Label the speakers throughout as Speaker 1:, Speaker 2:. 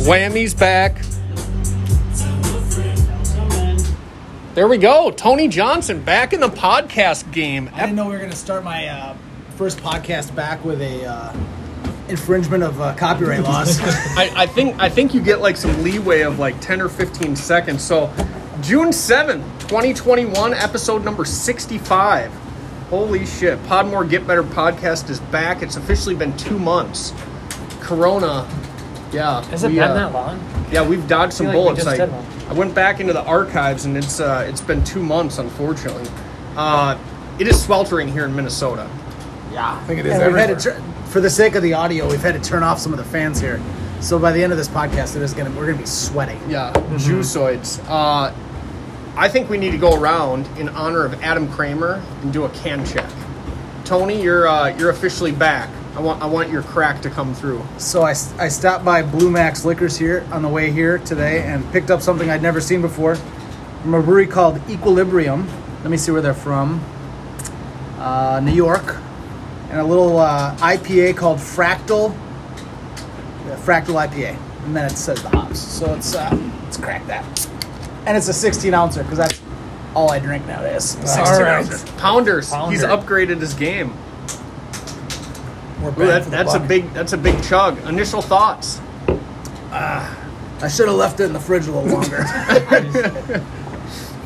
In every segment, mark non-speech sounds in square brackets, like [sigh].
Speaker 1: Whammy's back. There we go. Tony Johnson back in the podcast game.
Speaker 2: I didn't know we were going to start my uh, first podcast back with a uh, infringement of uh, copyright laws.
Speaker 1: I, I think I think you get like some leeway of like 10 or 15 seconds. So June 7th, 2021, episode number 65. Holy shit. Podmore Get Better podcast is back. It's officially been two months. Corona. Yeah.
Speaker 3: Has it
Speaker 1: we,
Speaker 3: been
Speaker 1: uh,
Speaker 3: that long?
Speaker 1: Yeah, we've dodged some
Speaker 3: feel like we
Speaker 1: bullets.
Speaker 3: just
Speaker 1: I,
Speaker 3: did one.
Speaker 1: I went back into the archives, and it's uh, it's been two months, unfortunately. Uh, it is sweltering here in Minnesota.
Speaker 2: yeah, I
Speaker 4: think it is
Speaker 2: we've had to
Speaker 4: everywhere.
Speaker 2: tur- for the sake of the audio, we've had to turn off some of the fans here. So by the end of this podcast, it is going to we're going to be sweating.
Speaker 1: Yeah, juiceoids. Uh, I think we need to go around in honor of Adam Kramer and do a can check. Tony, you're uh, you're officially back. I want I want your crack to come through.
Speaker 2: So I, s- I stopped by Blue Max Liquors here on the way here today and picked up something I'd never seen before from a brewery called Equilibrium. Let me see where they're from. Uh, New York. And a little uh, IPA called Fractal. yeah, Fractal IPA. And then it says the hops. So it's, uh, let's crack that. And it's a 16 ouncer because that's all I drink nowadays. 16
Speaker 3: All right.
Speaker 2: ouncer.
Speaker 1: Pounders, he's
Speaker 3: Pounder.
Speaker 1: upgraded his game.
Speaker 4: We're
Speaker 1: Ooh,
Speaker 4: bang
Speaker 1: that,
Speaker 4: for the
Speaker 1: that's a
Speaker 4: buck.
Speaker 1: big that's a big chug. Initial thoughts.
Speaker 2: I should have left it in the fridge a little
Speaker 1: [laughs]
Speaker 2: longer.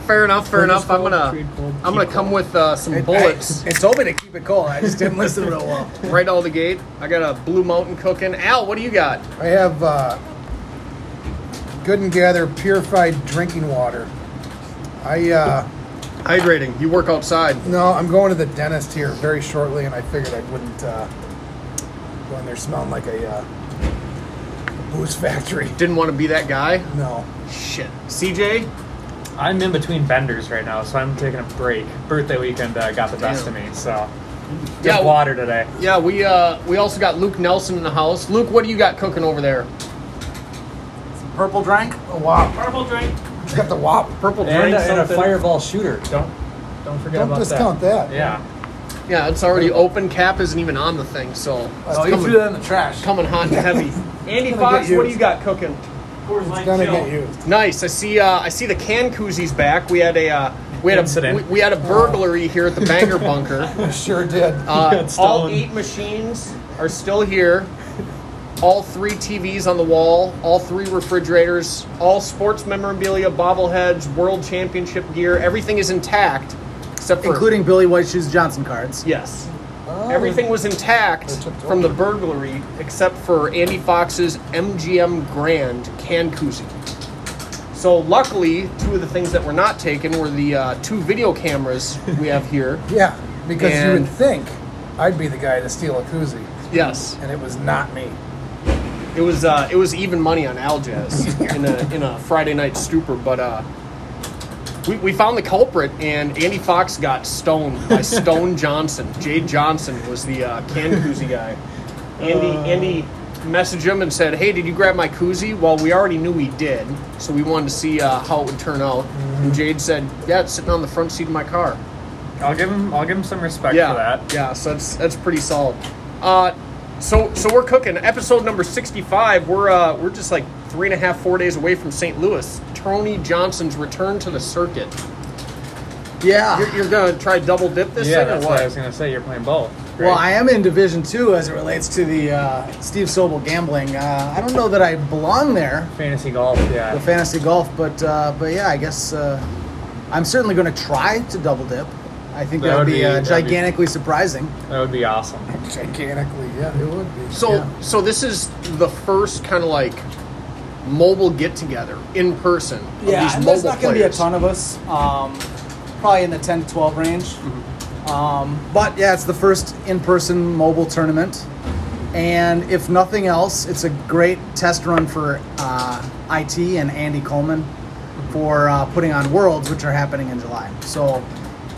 Speaker 1: Fair enough. Fair
Speaker 3: Cold is
Speaker 1: enough. I'm
Speaker 3: cold,
Speaker 1: gonna
Speaker 3: treat cold,
Speaker 1: I'm gonna
Speaker 3: keep
Speaker 1: come with uh, some bullets
Speaker 2: It, it told me to keep it cold. I just didn't listen real well.
Speaker 3: [laughs]
Speaker 1: right out of the gate. I got a Blue Mountain cooking. Al, what do you got?
Speaker 4: I have uh, Good and Gather purified drinking water. I uh,
Speaker 1: Hydrating. You work outside.
Speaker 4: no, I'm going to the dentist here very shortly, and I figured I wouldn't uh, go in there smelling like a uh, booze factory. [laughs]
Speaker 1: Didn't want to be that guy.
Speaker 4: No,
Speaker 1: Shit. CJ,
Speaker 3: I'm in between benders right now, so I'm taking a break. Birthday weekend uh, got the best of me, so just
Speaker 1: Yeah,
Speaker 3: water today.
Speaker 1: Yeah, we uh, we also got Luke Nelson in the house. Luke, what do you got cooking over there?
Speaker 2: [laughs] Purple drink?
Speaker 4: a wop.
Speaker 3: Purple drink
Speaker 4: You got the wop.
Speaker 1: Purple
Speaker 3: and,
Speaker 1: drink
Speaker 3: a- and a
Speaker 1: something.
Speaker 3: fireball shooter. Don't don't forget
Speaker 4: Don't
Speaker 3: about
Speaker 4: discount that.
Speaker 3: that. Yeah.
Speaker 1: Yeah, it's already open. Cap isn't even on the thing, so it's
Speaker 4: Oh, you
Speaker 1: coming,
Speaker 4: threw that
Speaker 2: in the trash.
Speaker 1: coming hot [laughs] and heavy. Andy Fox,
Speaker 4: get
Speaker 1: what do
Speaker 4: used.
Speaker 1: you got cooking?
Speaker 4: It's gonna get used.
Speaker 1: Nice. I see. Uh, I see the can koozie's back. We had a uh, we had a
Speaker 3: Incident.
Speaker 1: we, we had a burglary here at the Banger [laughs] Bunker.
Speaker 4: You
Speaker 3: [laughs]
Speaker 4: sure did.
Speaker 1: Uh,
Speaker 3: got
Speaker 1: all
Speaker 3: stolen.
Speaker 1: eight machines are still here. All three TVs on the wall, all three refrigerators, all sports memorabilia, bobbleheads, world championship gear, everything is intact except for
Speaker 2: Including Billy White Shoes Johnson cards.
Speaker 1: yes. Everything was intact from the burglary except for Andy Fox's MGM Grand can koozie. So luckily, two of the things that were not taken were the uh, two video cameras we have
Speaker 3: [laughs]
Speaker 1: here.
Speaker 4: yeah, because you
Speaker 1: and-
Speaker 4: would think I'd be the guy to steal a koozie,
Speaker 1: Yes.
Speaker 4: and it was not me.
Speaker 1: It was uh, it was even money on Al Jazz in a in a Friday night stupor, but uh, we, we found the culprit and Andy Fox got stoned by Stone Johnson. Jade Johnson was the uh, can koozie guy. Andy Andy messaged him and said, "Hey, did you grab my koozie?" Well, we already knew he did, so we wanted to see uh, how it would turn out. And Jade said, "Yeah, it's sitting on the front seat of my car."
Speaker 3: I'll give him I'll give him some respect
Speaker 1: yeah,
Speaker 3: for that.
Speaker 1: Yeah, so that's that's pretty solid. Uh, so so we're cooking. Episode number sixty five. We're uh, we're just like three and a half, four days away from St. Louis. Tony Johnson's return to the circuit.
Speaker 2: Yeah.
Speaker 1: You're, you're gonna try double dip this
Speaker 3: yeah,
Speaker 1: thing
Speaker 3: that's
Speaker 1: or
Speaker 3: what? I
Speaker 1: what?
Speaker 3: was gonna say. You're playing both.
Speaker 2: Well, I am in Division Two as it relates to the uh, Steve Sobel gambling. Uh, I don't know that I belong there,
Speaker 3: fantasy golf.
Speaker 2: the
Speaker 3: Yeah,
Speaker 2: fantasy golf, but uh, but yeah, I guess uh, I'm certainly going to try to double dip. I think
Speaker 3: That
Speaker 2: that would be,
Speaker 3: would be-
Speaker 2: uh,
Speaker 3: that'd be-
Speaker 2: gigantically surprising.
Speaker 3: that would be awesome.
Speaker 4: Gigantically, yeah, it would be.
Speaker 1: So
Speaker 2: Yeah.
Speaker 1: so this is the first kind of like mobile get together in person. of these mobile
Speaker 2: gonna
Speaker 1: players.
Speaker 2: of us. Um, probably in the 10 to 12 range. Um, but yeah, it's the first in person mobile tournament. And if nothing else, it's a great test run for uh, IT and Andy Coleman for uh, putting on Worlds, which are happening in July. So,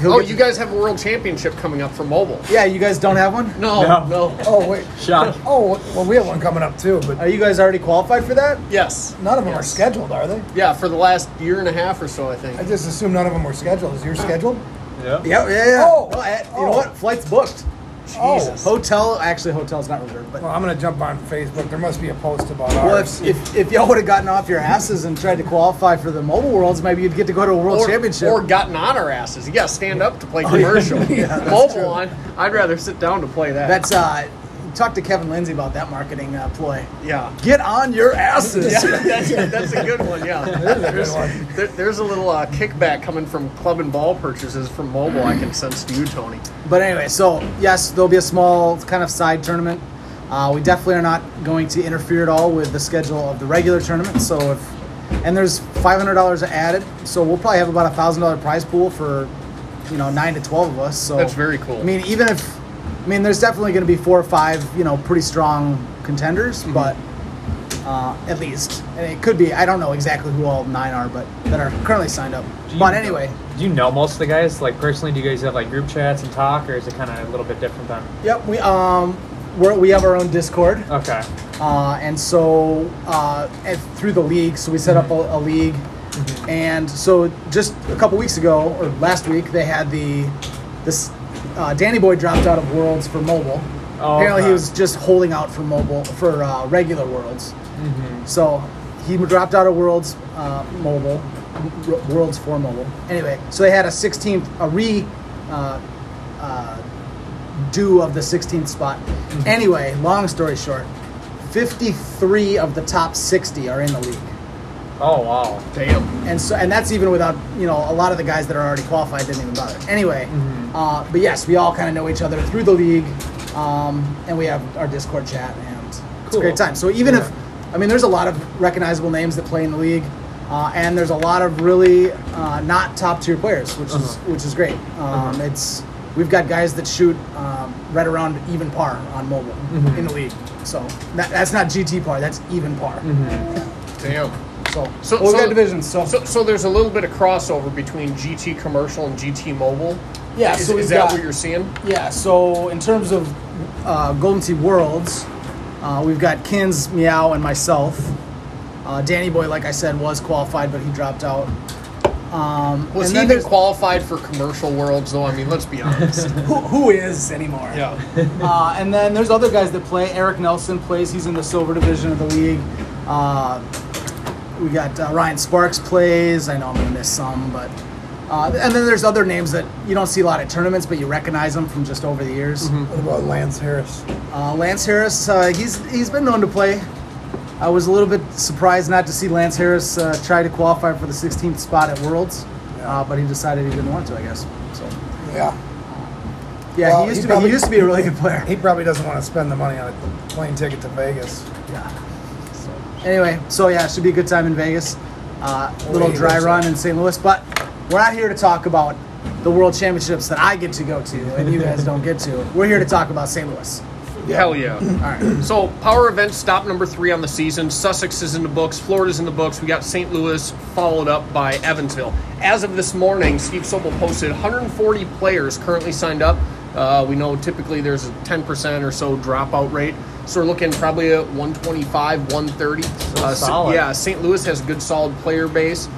Speaker 2: he'll
Speaker 1: Oh,
Speaker 2: get-
Speaker 1: you guys have a world championship coming up for mobile.
Speaker 2: Yeah, you guys don't have one?
Speaker 1: No,
Speaker 3: No.
Speaker 1: no.
Speaker 4: Oh wait.
Speaker 3: Shock.
Speaker 4: Oh well, we have one coming up too, but
Speaker 2: Are you guys already qualified for that?
Speaker 1: Yes.
Speaker 4: none of them are
Speaker 1: Yes.
Speaker 4: scheduled, are they?
Speaker 1: Yeah, for the last year and a half or so, I think.
Speaker 4: I just assume none of them were scheduled. Is yours scheduled?
Speaker 3: Yeah.
Speaker 2: Yeah, yeah, yeah.
Speaker 4: Oh.
Speaker 2: No, I- you know
Speaker 4: Oh.
Speaker 2: what? Flight's booked.
Speaker 3: Jesus.
Speaker 2: Hotel, actually, hotel's not reserved, but
Speaker 4: Well, I'm gonna jump on Facebook. There must be a post about
Speaker 2: well,
Speaker 4: ours.
Speaker 2: if, if, if y'all would have gotten off your asses and tried to qualify for the Mobile Worlds, maybe you'd get to go to a World
Speaker 1: or,
Speaker 2: Championship. Oh,
Speaker 1: or gotten on our asses. You got to stand up
Speaker 2: [laughs]
Speaker 1: to play commercial. Mobile on. I'd rather sit down to play that.
Speaker 2: That's uh, talk to Kevin Lindsay about that marketing uh, ploy.
Speaker 1: yeah.
Speaker 2: Get on your asses.
Speaker 1: Yeah, that's, that's a good one.
Speaker 2: [laughs]
Speaker 1: Yeah,
Speaker 4: is a good one.
Speaker 1: There, there's a little uh, kickback coming from club and ball purchases from mobile. I can sense to you, Tony.
Speaker 2: But anyway, so yes, there'll be a small kind of side tournament. Uh, we definitely are not going to interfere at all with the schedule of the regular tournament. So if and there's five hundred dollars added, so we'll probably have about a thousand dollar prize pool for you know nine to twelve of us. So
Speaker 1: That's very cool.
Speaker 2: I mean, even if I mean, there's definitely going to be four or five you know pretty strong contenders,
Speaker 1: Mm-hmm.
Speaker 2: but. Uh, at least, and it could be. I don't know exactly who all nine are, but that are currently signed up.
Speaker 3: Do you-
Speaker 2: But anyway,
Speaker 3: do you know most of the guys? Like personally, do you guys have like group chats and talk, or is it kind of a little bit different than?
Speaker 2: yep. We um, we're, we have our own Discord.
Speaker 3: Okay.
Speaker 2: uh, and so uh, and through the league, so we set up a, a league,
Speaker 3: Mm-hmm.
Speaker 2: and so just a couple weeks ago or last week they had the this uh, Danny Boy dropped out of Worlds for mobile.
Speaker 3: Oh,
Speaker 2: Apparently,
Speaker 3: okay.
Speaker 2: he was just holding out for mobile for uh, regular Worlds.
Speaker 3: Mm-hmm.
Speaker 2: So he dropped out of Worlds uh, mobile, w- Worlds for mobile. Anyway, so they had a 16th a re. Uh, uh, due of the 16th spot. Anyway, long story short, 53 of the top 60 are in the league,
Speaker 3: Oh wow.
Speaker 1: Damn.
Speaker 2: and so and that's even without you know a lot of the guys that are already qualified didn't even bother. Anyway, uh, but yes, we all kind of know each other through the league, um, and we have our Discord chat, and it's a
Speaker 3: Cool.
Speaker 2: great time. So even if I mean, there's a lot of recognizable names that play in the league. Uh, and there's a lot of really uh, not top tier players, which is which is great. Um, It's we've got guys that shoot um, right around even par on mobile in the league. So that, that's not GT par, that's even par.
Speaker 1: Damn.
Speaker 2: So,
Speaker 1: So-
Speaker 2: so we've
Speaker 1: so-
Speaker 2: got divisions. So,
Speaker 1: So, so there's a little bit of crossover between GT commercial and GT mobile.
Speaker 2: Yeah,
Speaker 1: Is,
Speaker 2: so we've
Speaker 1: is that
Speaker 2: got-
Speaker 1: what you're seeing?
Speaker 2: yeah. So in terms of uh, Golden Sea Worlds, uh, we've got Kins, Meow, and myself. Uh, Danny Boy, like I said, was qualified, but he dropped out. Um,
Speaker 1: Was
Speaker 2: and
Speaker 1: he
Speaker 2: then
Speaker 1: even
Speaker 2: there's-
Speaker 1: qualified for commercial worlds though? I mean, let's be
Speaker 2: [laughs]
Speaker 1: honest.
Speaker 2: who, who is anymore?
Speaker 1: yeah.
Speaker 2: uh, and then there's other guys that play. Eric Nelson plays. He's in the silver division of the league. Uh, we got uh, Ryan Sparks plays. I know I'm gonna miss some, but uh, and then there's other names that you don't see a lot at tournaments, but you recognize them from just over the years.
Speaker 1: Mm-hmm.
Speaker 4: what about Lance Harris?
Speaker 2: Uh, Lance Harris, uh, he's he's been known to play. I was a little bit surprised not to see Lance Harris uh, try to qualify for the 16th spot at Worlds, uh, but he decided he didn't want to, I guess. So
Speaker 4: Yeah,
Speaker 2: yeah,
Speaker 4: Well,
Speaker 2: he used
Speaker 4: he
Speaker 2: to be,
Speaker 4: probably-
Speaker 2: he used to be a really good player.
Speaker 4: he probably doesn't want to spend the money on a plane ticket to Vegas.
Speaker 2: Yeah. Anyway, so yeah, it should be a good time in Vegas. Uh, little dry
Speaker 4: Vegas.
Speaker 2: run in St. Louis, but we're not here to talk about the World Championships that I get to go to and you guys don't get to. We're here to talk about St. Louis.
Speaker 1: Hell yeah.
Speaker 2: All right.
Speaker 1: So power event stop number three on the season. Sussex is in the books. Florida's in the books. We got St. Louis followed up by Evansville. As of this morning, Steve Sobel posted 140 players currently signed up. Uh, we know typically there's a 10% or so dropout rate. So we're looking probably at 125, 130. Uh, so-
Speaker 3: solid.
Speaker 1: yeah, St. Louis has a good solid player base.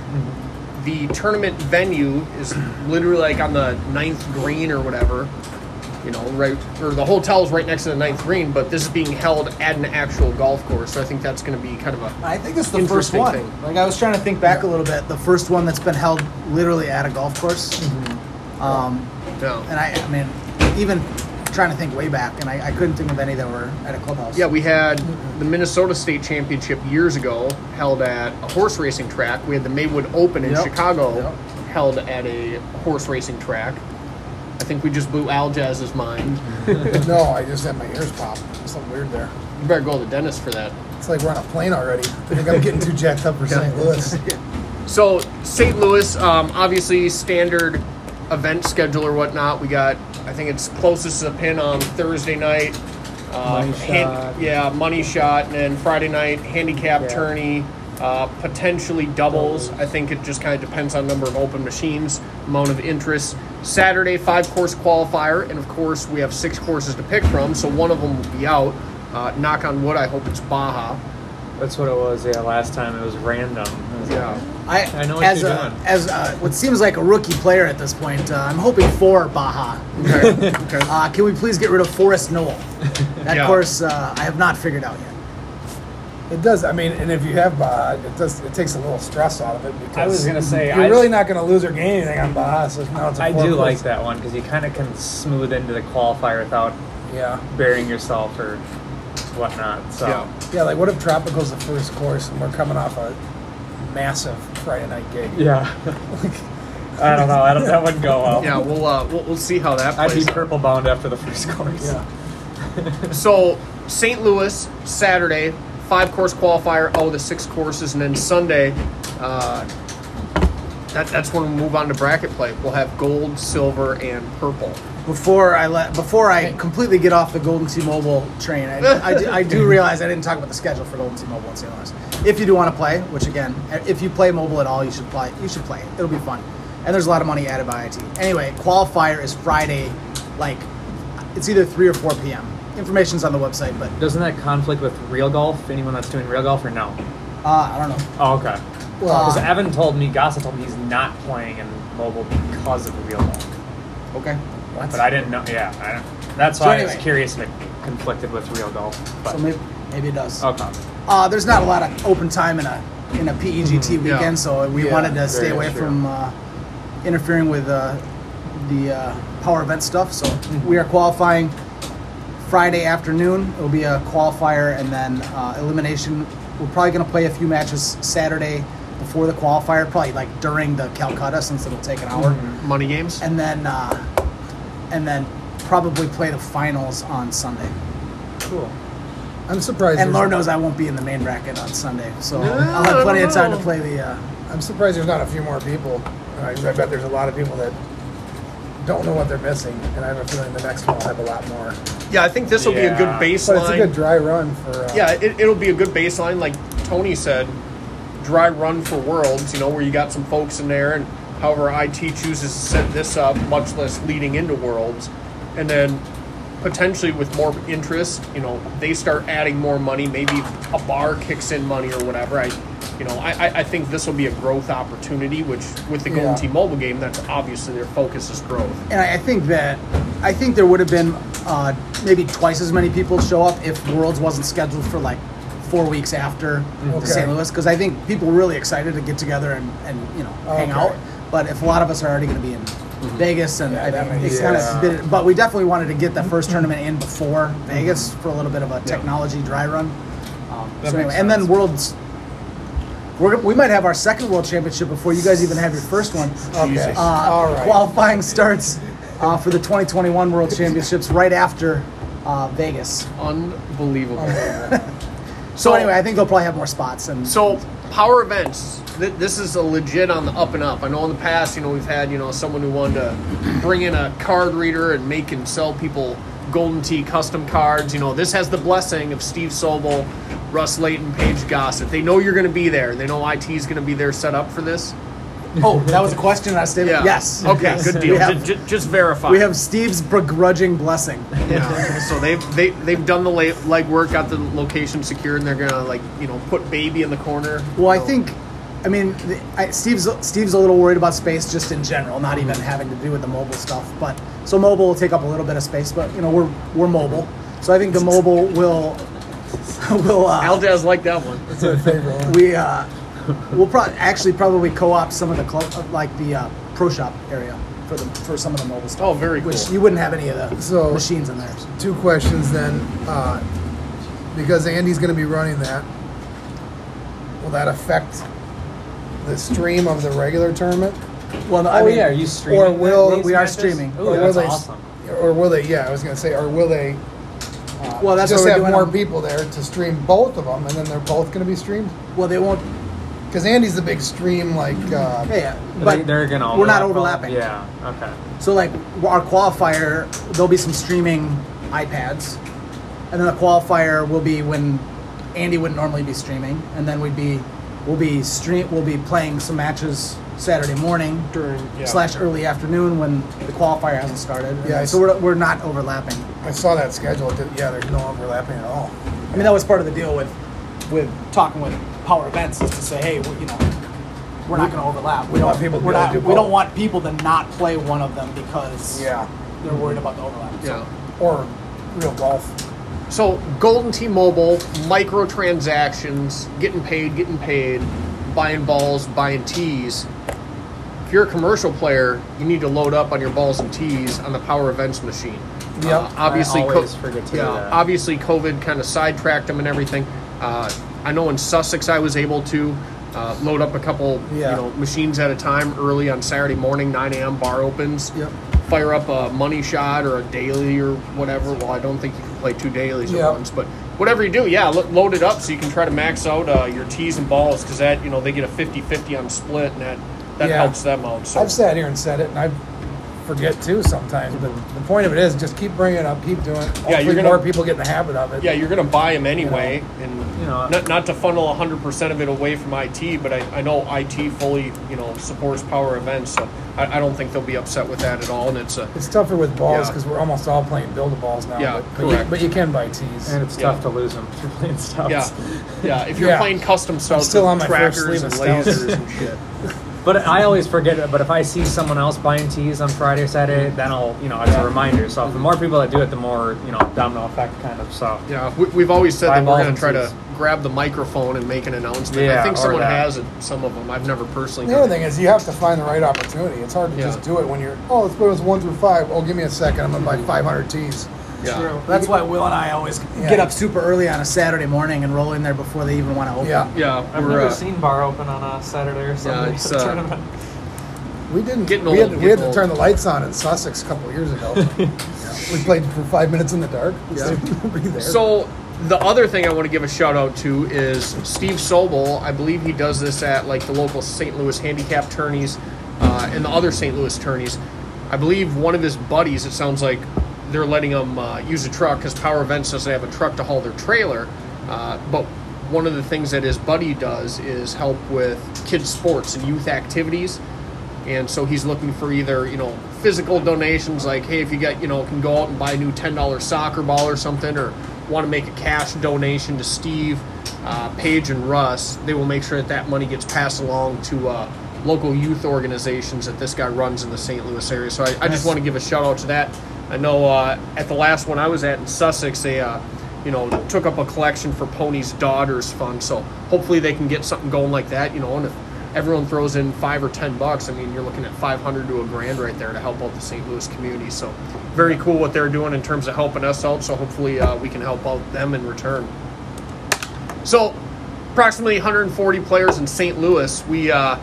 Speaker 1: The tournament venue is literally like on the ninth green or whatever you know, right, or the hotel's right next to the ninth green, but this is being held at an actual golf course. So I think that's going to be kind of a.
Speaker 2: I think it's the first
Speaker 1: Interesting
Speaker 2: one.
Speaker 1: thing.
Speaker 2: Like I was trying to think back a little bit, the first one that's been held literally at a golf course.
Speaker 1: Mm-hmm.
Speaker 2: Um,
Speaker 1: No.
Speaker 2: and I, I mean, even trying to think way back, and I, I couldn't think of any that were at a clubhouse.
Speaker 1: Yeah, we had the Minnesota State Championship years ago held at a horse racing track. We had the Maywood Open in
Speaker 2: Yep.
Speaker 1: Chicago
Speaker 2: Yep.
Speaker 1: held at a horse racing track. I think we just blew Al Jazz's mind.
Speaker 4: [laughs] no, I just had my ears pop. Something weird there.
Speaker 1: You better go to the dentist for that.
Speaker 4: It's like we're on a plane already. I think I'm getting too jacked up for St. Louis.
Speaker 1: So St. Louis, um, obviously standard event schedule or whatnot. We got, I think it's closest to the pin on Thursday night. Uh,
Speaker 3: Money
Speaker 1: hand-
Speaker 3: shot.
Speaker 1: yeah, money shot, and then Friday night handicap
Speaker 3: Yeah.
Speaker 1: tourney, uh, potentially doubles. I think it just kind of depends on number of open machines, amount of interest. Saturday five course qualifier, and of course we have six courses to pick from, so one of them will be out. Uh, knock on wood, I hope it's Baja.
Speaker 3: That's what it was. Yeah, last time it was random. It was
Speaker 1: Yeah.
Speaker 2: I,
Speaker 3: I know what
Speaker 2: as
Speaker 3: you're
Speaker 2: a,
Speaker 3: doing.
Speaker 2: as a, what seems like a rookie player at this point. Uh, I'm hoping for Baja. [laughs]
Speaker 1: Okay. okay.
Speaker 2: Uh, can we please get rid of Forest
Speaker 1: [laughs]
Speaker 2: Knoll? That
Speaker 1: Yeah.
Speaker 2: course uh, I have not figured out yet.
Speaker 4: It does. I mean, and if you have Baja, it does. It takes a little stress out of it. Because
Speaker 3: I was gonna say,
Speaker 4: you're
Speaker 3: I-
Speaker 4: really not going to lose or gain anything on Baja. So now it's a
Speaker 3: I
Speaker 4: four
Speaker 3: do
Speaker 4: place.
Speaker 3: like that one because you kind of can smooth into the qualifier without
Speaker 4: Yeah,
Speaker 3: burying yourself or whatnot. So
Speaker 1: Yeah.
Speaker 4: yeah. Like, what if Tropical's the first course and we're coming off a massive Friday night gig?
Speaker 3: Yeah. [laughs] I don't know. I don't, that wouldn't go well.
Speaker 1: Yeah, we'll, uh, we'll we'll see how that
Speaker 3: I'd be
Speaker 1: plays.
Speaker 3: purple bound after the first course.
Speaker 4: Yeah.
Speaker 1: So St. Louis Saturday, five course qualifier. Oh, the six courses, and then Sunday, uh, that that's when we move on to bracket play. We'll have gold, silver, and purple.
Speaker 2: Before I let, before I completely get off the Golden T Mobile train, I, I, do, I do realize I didn't talk about the schedule for Golden T Mobile in St. Louis. If you do want to play, which again, if you play mobile at all, you should play. You should play. It'll be fun, and there's a lot of money added by IT. Anyway, qualifier is Friday, like it's either three or four p.m. Information's on the website, but
Speaker 3: Doesn't that conflict with real golf? Anyone that's doing real golf or no?
Speaker 2: uh, I don't know.
Speaker 3: Oh, okay.
Speaker 2: Well, uh,
Speaker 3: Because Evan told me, Gossett told me he's not playing in mobile because of the real golf.
Speaker 2: okay.
Speaker 3: But I didn't know. Yeah, I don't, that's
Speaker 2: So
Speaker 3: why I
Speaker 2: anyway.
Speaker 3: was curious if it conflicted with real golf. But
Speaker 2: So maybe, maybe it does.
Speaker 3: okay.
Speaker 2: Uh, there's not a lot of open time in a in a PEGT
Speaker 1: Yeah.
Speaker 2: weekend, so we
Speaker 4: Yeah,
Speaker 2: wanted to stay
Speaker 3: very
Speaker 2: away
Speaker 3: true.
Speaker 2: from uh, interfering with uh, the uh, power event stuff. So we are qualifying Friday afternoon. It'll be a qualifier and then uh, elimination. We're probably going to play a few matches Saturday before the qualifier, probably like during the Calcutta, since it'll take an hour,
Speaker 1: Money games.
Speaker 2: and then uh, and then probably play the finals on Sunday.
Speaker 3: Cool.
Speaker 4: I'm surprised.
Speaker 2: And
Speaker 4: there's-
Speaker 2: Lord knows I won't be in the main bracket on Sunday, so
Speaker 1: No,
Speaker 2: I'll have plenty of time to
Speaker 1: no.
Speaker 2: play the. Uh,
Speaker 4: I'm surprised there's not a few more people. uh, 'cause I bet there's a lot of people that don't know what they're missing, and I have a feeling the next one will have a lot more.
Speaker 1: Yeah, I think this will be a
Speaker 3: Yeah.
Speaker 1: good
Speaker 3: But it's
Speaker 1: baseline.
Speaker 4: But it's a good dry run for. Uh,
Speaker 1: yeah, it, it'll be a good baseline. Like Tony said, dry run for worlds. You know, where you got some folks in there, and however it chooses to set this up, much less leading into worlds, and then potentially with more interest, you know, they start adding more money. Maybe a bar kicks in money or whatever. I, you know, I, I- I think this will be a growth opportunity. Which with the Golden
Speaker 4: Yeah.
Speaker 1: Team mobile game, that's obviously their focus is growth.
Speaker 2: and I I think that I think there would have been uh, maybe twice as many people show up if Worlds wasn't scheduled for like four weeks after to
Speaker 4: Okay.
Speaker 2: St. Louis because I think people were really excited to get together and, and you know hang
Speaker 4: Okay. Mm-hmm.
Speaker 2: out. But if a lot of us are already going to be in Vegas and
Speaker 4: Yeah,
Speaker 2: I
Speaker 4: that
Speaker 2: think
Speaker 4: makes
Speaker 2: it's kind
Speaker 4: sense.
Speaker 2: of but we definitely wanted to get the first tournament in before Vegas
Speaker 4: Mm-hmm.
Speaker 2: for a little bit of a technology dry run. Um,
Speaker 3: That
Speaker 2: so anyway,
Speaker 3: makes
Speaker 2: and then
Speaker 3: sense.
Speaker 2: Worlds. We're, we might have our second world championship before you guys even have your first one.
Speaker 4: Okay.
Speaker 1: Jesus.
Speaker 2: Uh,
Speaker 4: All right.
Speaker 2: Qualifying starts uh, for the 2021 World Championships right after uh, Vegas.
Speaker 1: Unbelievable.
Speaker 2: So anyway, I think they'll probably have more spots. And
Speaker 1: So power events. Th- this is a legit on the up and up. I know in the past, you know, we've had you know someone who wanted to bring in a card reader and make and sell people golden tee custom cards. You know, this has the blessing of Steve Sobel, Russ Layton, Paige Gossett. They know you're going to be there. They know IT is going to be there set up for this.
Speaker 2: oh, that was a question. I stated
Speaker 1: Yeah.
Speaker 2: yes.
Speaker 1: Okay.
Speaker 2: Yes.
Speaker 1: Good deal.
Speaker 2: We have,
Speaker 1: Ju- ju- just verify.
Speaker 2: we have Steve's begrudging blessing.
Speaker 1: [laughs] Yeah. so they've they, they've done the la- legwork, got the location secured, and they're gonna like you know put baby in the corner.
Speaker 2: Well, I
Speaker 1: So-
Speaker 2: think, I mean, the- I, Steve's Steve's a little worried about space just in general, not even having to do with the mobile stuff. But so mobile will take up a little bit of space, but you know we're we're mobile, so I think the mobile will [laughs] will uh,
Speaker 1: Aldaz liked that one.
Speaker 4: It's a favorite one.
Speaker 2: we uh, we'll probably actually probably co-op some of the clo- like the uh, pro shop area for the for some of the mobile stuff.
Speaker 1: Oh, very cool.
Speaker 2: Which you wouldn't have any of the
Speaker 4: So-
Speaker 2: machines in there.
Speaker 4: Two questions then, uh, because Andy's going to be running that. Will that affect the stream of the regular tournament?
Speaker 2: Well, no,
Speaker 3: oh
Speaker 2: I mean,
Speaker 3: yeah, are you streaming?
Speaker 4: or will-
Speaker 3: these
Speaker 2: we are
Speaker 3: matches? Oh.
Speaker 2: streaming.
Speaker 3: Ooh,
Speaker 4: Or
Speaker 3: that's
Speaker 4: will they-
Speaker 3: awesome.
Speaker 4: Or will they? Yeah, I was going to say, or will they? Uh,
Speaker 2: Well, that's what
Speaker 4: just
Speaker 2: we're
Speaker 4: have
Speaker 2: doing
Speaker 4: more
Speaker 2: on-
Speaker 4: people there to stream both of them, and then they're both going to be streamed.
Speaker 2: well they won't.
Speaker 4: Because Andy's the big stream, like uh,
Speaker 2: Yeah, yeah,
Speaker 3: But
Speaker 2: but
Speaker 3: they, are gonna.
Speaker 2: we're not
Speaker 3: overlap.
Speaker 2: overlapping.
Speaker 3: Yeah. Okay.
Speaker 2: So like our qualifier, there'll be some streaming iPads, and then the qualifier will be when Andy wouldn't normally be streaming, and then we'd be we'll be stream we'll be playing some matches Saturday morning
Speaker 1: During- yeah.
Speaker 2: slash early afternoon when the qualifier hasn't started. And
Speaker 4: Yeah, I
Speaker 2: so
Speaker 4: s-
Speaker 2: we're, we're not overlapping.
Speaker 4: I saw that schedule. It did- Yeah, there's no overlapping at all.
Speaker 2: I mean that was part of the deal with with talking with Power Events is to say hey we- you know we're not going to overlap. We
Speaker 4: We
Speaker 2: don't.
Speaker 4: want people to
Speaker 2: we're
Speaker 4: be able
Speaker 2: not.
Speaker 4: to do
Speaker 2: we don't
Speaker 4: both.
Speaker 2: want people to not play one of them because
Speaker 4: Yeah.
Speaker 2: they're worried about the overlap. So,
Speaker 1: Yeah.
Speaker 4: Or real golf.
Speaker 1: So Golden T-Mobile microtransactions, getting paid, getting paid, buying balls, buying tees. If you're a commercial player, you need to load up on your balls and tees on the Power Events machine.
Speaker 4: Yep.
Speaker 1: Uh, obviously,
Speaker 3: I always forget to do
Speaker 1: yeah,
Speaker 3: that.
Speaker 1: obviously, COVID kind of sidetracked them and everything. Uh, I know in Sussex, I was able to uh, load up a couple,
Speaker 4: Yeah.
Speaker 1: you know, machines at a time early on Saturday morning, 9 a.m. Bar opens.
Speaker 4: Yep.
Speaker 1: Fire up a money shot or a daily or whatever. Well, I don't think you can play two dailies at
Speaker 4: Yep.
Speaker 1: once, but whatever you do, yeah, lo- load it up so you can try to max out uh, your tees and balls because that you know they get a 50-50 on split and that that
Speaker 4: Yeah.
Speaker 1: helps them out. So
Speaker 4: I've sat here and said it, and I forget too sometimes. But the point of it is, just keep bringing it up, keep doing it. Hopefully
Speaker 1: Yeah, you're gonna-
Speaker 4: more people get in the habit of it.
Speaker 1: yeah, you're gonna buy them anyway, and
Speaker 3: You know-
Speaker 1: not not to funnel 100 percent of it away from IT, but I, I know IT fully you know supports power events, so I, I don't think they'll be upset with that at all. And it's a
Speaker 4: It's tougher with
Speaker 1: Yeah.
Speaker 4: balls because we're almost all playing build a balls now.
Speaker 1: Yeah,
Speaker 4: but, but, you,
Speaker 1: correct.
Speaker 4: but you can buy tees.
Speaker 3: And it's
Speaker 1: Yeah.
Speaker 3: tough to lose them if you're playing stouts.
Speaker 1: yeah, yeah. If you're
Speaker 4: Yeah.
Speaker 1: playing custom stuff,
Speaker 4: still
Speaker 1: with
Speaker 4: on my first
Speaker 1: trackers
Speaker 4: sleeve
Speaker 1: and
Speaker 4: of stouts.
Speaker 1: lasers and shit.
Speaker 3: But I always forget it. But if I see someone else buying tees on Friday or Saturday, then I'll, you know, it's a reminder. So the more people that do it, the more, you know, domino effect kind of. So
Speaker 1: Yeah, we, we've always said that
Speaker 3: Five
Speaker 1: we're
Speaker 3: balls
Speaker 1: going
Speaker 3: and
Speaker 1: to try to
Speaker 3: twos.
Speaker 1: grab the microphone and make an announcement. I
Speaker 3: Yeah,
Speaker 1: think
Speaker 3: or
Speaker 1: someone
Speaker 3: that.
Speaker 1: has it, some of them. I've never personally
Speaker 4: The
Speaker 1: done
Speaker 4: other thing is, you have to find the right opportunity. It's hard to
Speaker 1: Yeah.
Speaker 4: just do it when you're, oh, let's put it as one through five. Oh, give me a second. I'm going to buy 500 tees.
Speaker 1: it. Yeah.
Speaker 2: that's why Will and I always get
Speaker 4: Yeah.
Speaker 2: up super early on a Saturday morning and roll in there before they even want to open.
Speaker 4: Yeah.
Speaker 1: Yeah,
Speaker 3: I've
Speaker 1: we're,
Speaker 3: never
Speaker 1: uh,
Speaker 3: seen bar open on a Saturday or Sunday.
Speaker 1: it's, uh,
Speaker 3: Tournament.
Speaker 4: We didn't.
Speaker 1: Getting
Speaker 4: we
Speaker 1: old,
Speaker 4: had, we had
Speaker 1: getting
Speaker 4: to
Speaker 1: old.
Speaker 4: turn the lights on in Sussex a couple
Speaker 1: [laughs]
Speaker 4: years ago. We played for five minutes in the dark. [laughs] Yeah. there.
Speaker 1: So the other thing I want to give a shout out to is Steve Sobel. I believe he does this at like the local St. Louis handicap tourneys uh, and the other St. Louis tourneys. I believe one of his buddies. It sounds like they're letting him uh, use a truck because Power Events doesn't have a truck to haul their trailer. Uh, but one of the things that his buddy does is help with kids' sports and youth activities and so he's looking for either you know physical donations like hey if you got you know can go out and buy a new $10 soccer ball or something or want to make a cash donation to steve uh, paige and russ they will make sure that that money gets passed along to uh, local youth organizations that this guy runs in the st louis area so i, I just want to give a shout out to that i know uh, at the last one i was at in sussex they uh, you know took up a collection for pony's daughters fund so hopefully they can get something going like that you know and if everyone throws in five or ten bucks. I mean, you're looking at five hundred to a grand right there to help out the St. Louis community. So, very cool what they're doing in terms of helping us out. So, hopefully, uh, we can help out them in return. So, approximately 140 players in St. Louis. We uh,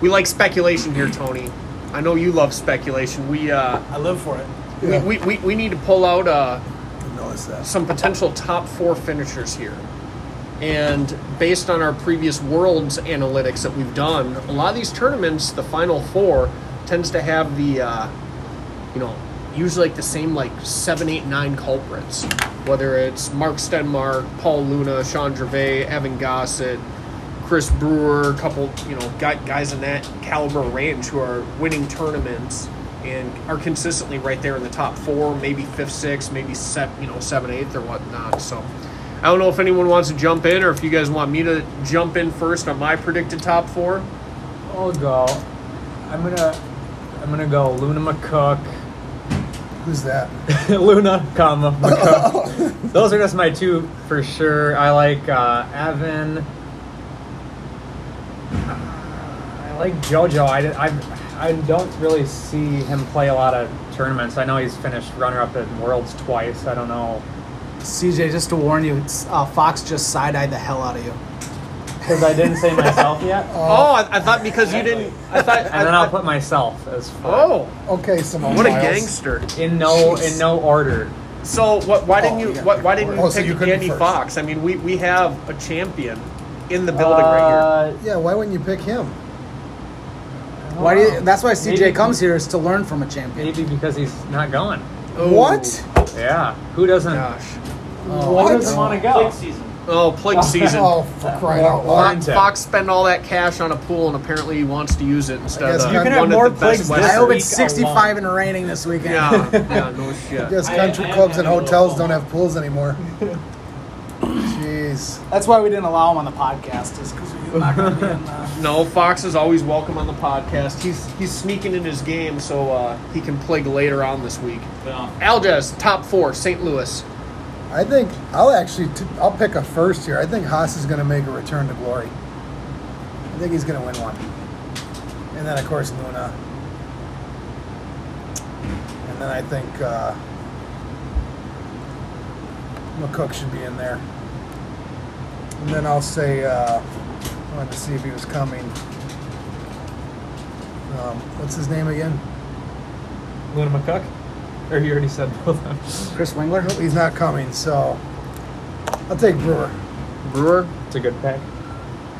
Speaker 1: we like speculation here, Tony. I know you love speculation. We uh,
Speaker 2: I live for it.
Speaker 1: we, we, we, we need to pull out. Uh,
Speaker 4: Notice that.
Speaker 1: some potential top four finishers here. And based on our previous worlds analytics that we've done, a lot of these tournaments, the final four tends to have the, uh, you know, usually like the same like seven, eight, nine culprits. Whether it's Mark Stenmark, Paul Luna, Sean Gervais, Evan Gossett, Chris Brewer, a couple, you know, guy- guys in that caliber range who are winning tournaments and are consistently right there in the top four, maybe fifth, sixth, maybe seven, you know, seven, eighth or whatnot. So I don't know if anyone wants to jump in or if you guys want me to jump in first on my predicted top
Speaker 3: Uh,
Speaker 1: four.
Speaker 3: I'll go. I'm gonna, I'm gonna go Luna McCook,
Speaker 4: Who's that?
Speaker 3: [laughs] Luna, comma [laughs] McCook. Those are just my two for sure. I like uh, Evan. Uh, I like JoJo. I, did- I, I don't really see him play a lot of tournaments. I know he's finished runner-up in Worlds twice. I don't know.
Speaker 2: CJ, just to warn you, it's, uh, Fox just side eyed the hell out of you.
Speaker 3: Because I didn't say
Speaker 1: [laughs]
Speaker 3: myself yet.
Speaker 1: Oh, I, I thought because you didn't. I thought. I,
Speaker 3: And then I'll
Speaker 1: thought-
Speaker 3: put myself as four.
Speaker 1: oh,
Speaker 4: Okay, Simone.
Speaker 1: what a
Speaker 4: Biles.
Speaker 1: gangster!
Speaker 3: In no, in no order.
Speaker 1: So what? Why didn't
Speaker 4: Oh,
Speaker 1: you?
Speaker 4: yeah.
Speaker 1: Why, why didn't you
Speaker 4: Oh, so
Speaker 1: pick
Speaker 4: you couldn't
Speaker 1: Andy
Speaker 4: first.
Speaker 1: Fox? I mean, we we have a champion in the building right
Speaker 3: Uh,
Speaker 4: Yeah, why wouldn't you pick him?
Speaker 2: Why do you, that's why CJ
Speaker 3: Maybe-
Speaker 2: comes here is to learn from a champion.
Speaker 3: Maybe because he's not going.
Speaker 1: here. Oh,
Speaker 4: What?
Speaker 3: Yeah. Who doesn't?
Speaker 4: Uh,
Speaker 1: Gosh.
Speaker 3: Who
Speaker 4: What?
Speaker 3: doesn't want to go?
Speaker 1: Oh, plague season.
Speaker 4: [laughs] Oh, for crying out
Speaker 1: Fo-
Speaker 4: loud.
Speaker 3: Warren-
Speaker 1: Fox,
Speaker 3: Content.
Speaker 1: spent all that cash on a pool, and apparently he wants to use it instead
Speaker 4: guess
Speaker 1: of
Speaker 4: you
Speaker 1: one
Speaker 4: can
Speaker 3: have
Speaker 1: of
Speaker 3: more
Speaker 1: the
Speaker 3: plagues
Speaker 1: best
Speaker 3: this
Speaker 2: I
Speaker 1: Western-
Speaker 2: hope
Speaker 3: week
Speaker 2: it's 65 and raining this
Speaker 1: [laughs]
Speaker 2: weekend. [laughs]
Speaker 1: Yeah, yeah,
Speaker 4: [laughs]
Speaker 1: no
Speaker 4: I
Speaker 1: shit.
Speaker 4: guess country clubs and hotels don't have [laughs] pools anymore. Jeez.
Speaker 2: That's why we didn't allow him on the podcast, is because we Not gonna be uh, on the-
Speaker 1: No, Fox is always welcome on the podcast. He's he's sneaking in his game so uh, he can play later on this week.
Speaker 5: Yeah.
Speaker 1: Algez, top four, St. Louis.
Speaker 4: I think I'll actually t- I'll pick a first here. I think Haas is going to make a return to glory. I think he's going to win one, and then of course Luna, and then I think uh, McCook should be in there, and then I'll say uh, I wanted to see if he was coming. Um, what's his name again?
Speaker 3: Luna McCook? Or you already said both of them.
Speaker 2: [laughs] Chris Wingler.
Speaker 4: Nope, he's not coming, so I'll take Brewer.
Speaker 1: Brewer.
Speaker 3: It's a good pick.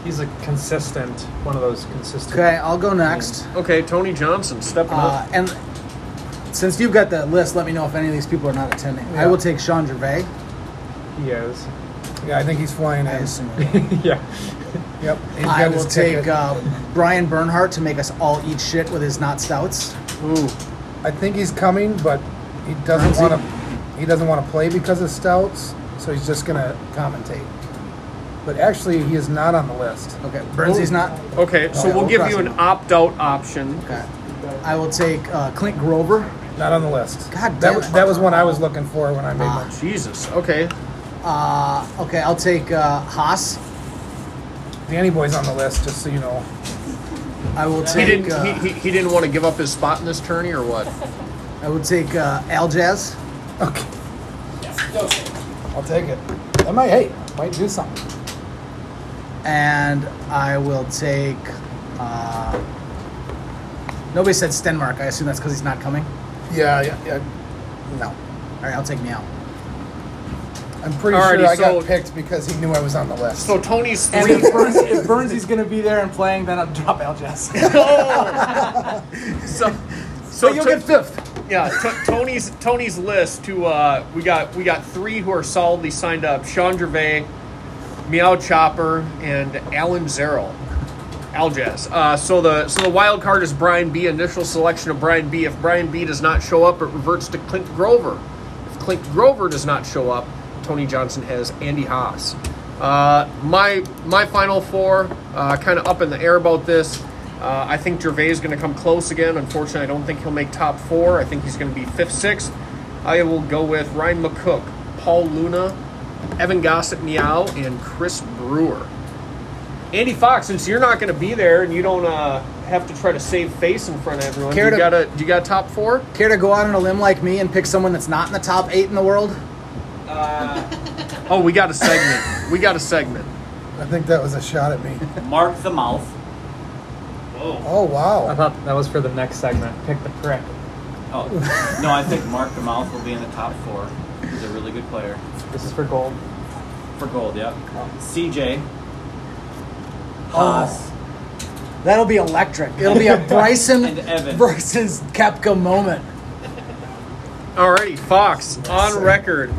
Speaker 3: He's a consistent, one of those consistent.
Speaker 2: Okay, I'll go next.
Speaker 1: Okay, Tony Johnson stepping
Speaker 2: Uh,
Speaker 1: up.
Speaker 2: and since you've got the list, let me know if any of these people are not attending. I
Speaker 4: Yeah.
Speaker 2: will take Sean Gervais.
Speaker 3: He is. [laughs]
Speaker 4: Yeah, I think he's flying
Speaker 2: I
Speaker 4: in.
Speaker 2: assume. [laughs]
Speaker 3: yeah.
Speaker 4: Yep. he's
Speaker 2: I
Speaker 4: got his
Speaker 2: will take
Speaker 4: ticket.
Speaker 2: uh, Brian Bernhardt to make us all eat shit with his not stouts.
Speaker 1: Ooh,
Speaker 4: I think he's coming, but he doesn't
Speaker 2: Ramsey?
Speaker 4: want to. He doesn't want to play because of stouts, so he's just gonna commentate. But actually, he is not on the list.
Speaker 2: Okay, Bernsy's
Speaker 1: Ooh.
Speaker 2: not.
Speaker 1: Okay, so
Speaker 2: yeah,
Speaker 4: Oh,
Speaker 1: we'll
Speaker 2: we'll
Speaker 1: give
Speaker 2: cross
Speaker 1: you
Speaker 2: him
Speaker 1: an opt out option.
Speaker 2: Okay. I will take uh, Clint Grover.
Speaker 4: Not on the list.
Speaker 2: God
Speaker 4: that
Speaker 2: damn
Speaker 4: was
Speaker 2: it.
Speaker 4: that was one I was looking for when I made
Speaker 2: Ah.
Speaker 4: my.
Speaker 1: Oh, Jesus. Okay.
Speaker 2: Uh, okay, I'll take uh, Haas.
Speaker 4: Danny Boy's on the list, just so you know. [laughs]
Speaker 2: I will
Speaker 1: He
Speaker 2: take.
Speaker 1: didn't.
Speaker 2: uh,
Speaker 1: He, he, he didn't want to give up his spot in this tourney, or what?
Speaker 2: I will take uh, Al Jazz.
Speaker 4: Okay. I'll take it. I might. Hey, might do something.
Speaker 2: and I will take. Uh, nobody said Stenmark. I assume that's because he's not coming.
Speaker 4: Yeah, yeah, yeah. No,
Speaker 2: All right, I'll take Meow.
Speaker 4: I'm pretty
Speaker 1: Alrighty,
Speaker 4: sure I
Speaker 1: so-
Speaker 4: got picked because he knew I was on the list.
Speaker 1: So Tony's
Speaker 5: And
Speaker 1: three.
Speaker 5: if, Burns, if Burnsy's going to be there and playing, then I'll drop Al Jess.
Speaker 1: Oh! [laughs] so, so
Speaker 2: But you'll
Speaker 1: to-
Speaker 2: get fifth.
Speaker 1: Yeah, t- Tony's Tony's list. To uh, we got we got three who are solidly signed up: Sean Gervais, Meow Chopper, and Alan Zerrill. Aljaz. Uh, so the so the wild card is Brian B. Initial selection of Brian B. If Brian B. does not show up, it reverts to Clint Grover. If Clint Grover does not show up, Tony Johnson has Andy Haas. Uh, my my final four, uh, kind of up in the air about this. Uh, I think Gervais is going to come close again. Unfortunately, I don't think he'll make top four. I think he's going to be fifth, sixth. I will go with Ryan McCook, Paul Luna, Evan Gossett Meow, and Chris Brewer. Andy Fox, since you're not going to be there and you don't uh, have to try to save face in front of everyone, do
Speaker 2: Care
Speaker 1: you
Speaker 2: to-
Speaker 1: got a do you got a top four?
Speaker 2: [laughs] Care to go out on a limb like me and pick someone that's not in the top eight in the world?
Speaker 1: Oh, we got a segment. we got a segment.
Speaker 4: I think that was a shot [laughs] at me.
Speaker 5: Mark the mouth.
Speaker 1: Whoa.
Speaker 4: Oh
Speaker 3: I
Speaker 4: wow.
Speaker 3: thought that was for the next segment. Pick the prick.
Speaker 5: Oh, no, I think Mark the mouth will be in the top four. He's a really good player.
Speaker 3: This is for gold.
Speaker 5: For gold, yeah. CJ.
Speaker 2: Oh.
Speaker 5: Haas.
Speaker 2: That'll be electric. It'll [laughs] be a Bryson
Speaker 5: And Evan.
Speaker 2: versus Kepka moment.
Speaker 1: Alrighty, Fox on record.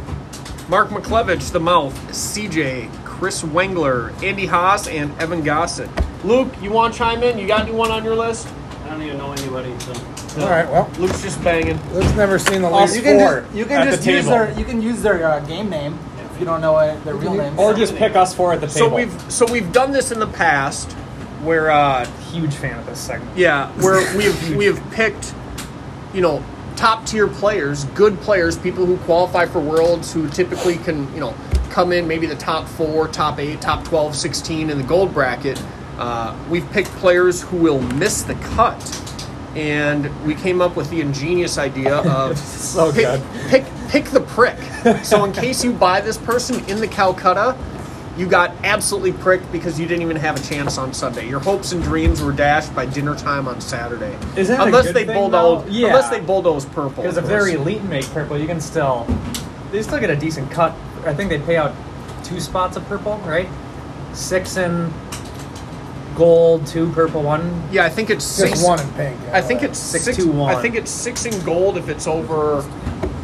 Speaker 1: Mark McClevich, the mouth. CJ, Chris Wengler, Andy Haas, and Evan Gossett. Luke, you want to chime in? You got anyone on your list?
Speaker 5: I don't even know anybody. So.
Speaker 4: All right. Well,
Speaker 1: Luke's just banging.
Speaker 4: Luke's never seen the
Speaker 5: Also,
Speaker 4: least
Speaker 5: you
Speaker 2: Oh, You can
Speaker 4: four.
Speaker 2: just, you can
Speaker 5: at the
Speaker 2: just use
Speaker 5: table.
Speaker 2: their you can use their uh, game name if you don't know uh, their real name.
Speaker 3: Or just pick us four at the table.
Speaker 1: So we've so we've done this in the past, where uh,
Speaker 3: huge fan of this segment.
Speaker 1: Yeah, where we've we've picked, you know, top tier players, good players, people who qualify for worlds, who typically can, you know, come in maybe the top four, top eight, top 12, 16 in the gold bracket. Uh, we've picked players who will miss the cut, and we came up with the ingenious
Speaker 3: [laughs]
Speaker 1: idea of
Speaker 3: So
Speaker 1: pick,
Speaker 3: good.
Speaker 1: pick pick the prick. so in case you buy this person in the Calcutta, you got absolutely pricked because you didn't even have a chance on Sunday. Your hopes and dreams were dashed by dinner time on Saturday.
Speaker 3: Is that a
Speaker 1: unless
Speaker 3: good
Speaker 1: they
Speaker 3: thing,
Speaker 1: bulldoze?
Speaker 3: though? Yeah.
Speaker 1: Unless they bulldoze purple.
Speaker 3: Because
Speaker 1: of
Speaker 3: if they're
Speaker 1: course.
Speaker 3: elite and make purple, you can still they still get a decent cut. I think they pay out two spots of purple, right? Six in gold, two purple, one.
Speaker 1: yeah, I think it's
Speaker 4: Just
Speaker 1: six.
Speaker 4: one in pink. yeah,
Speaker 1: I think
Speaker 4: whatever.
Speaker 1: it's six.
Speaker 3: Six, two, one.
Speaker 1: I think it's six in gold if it's over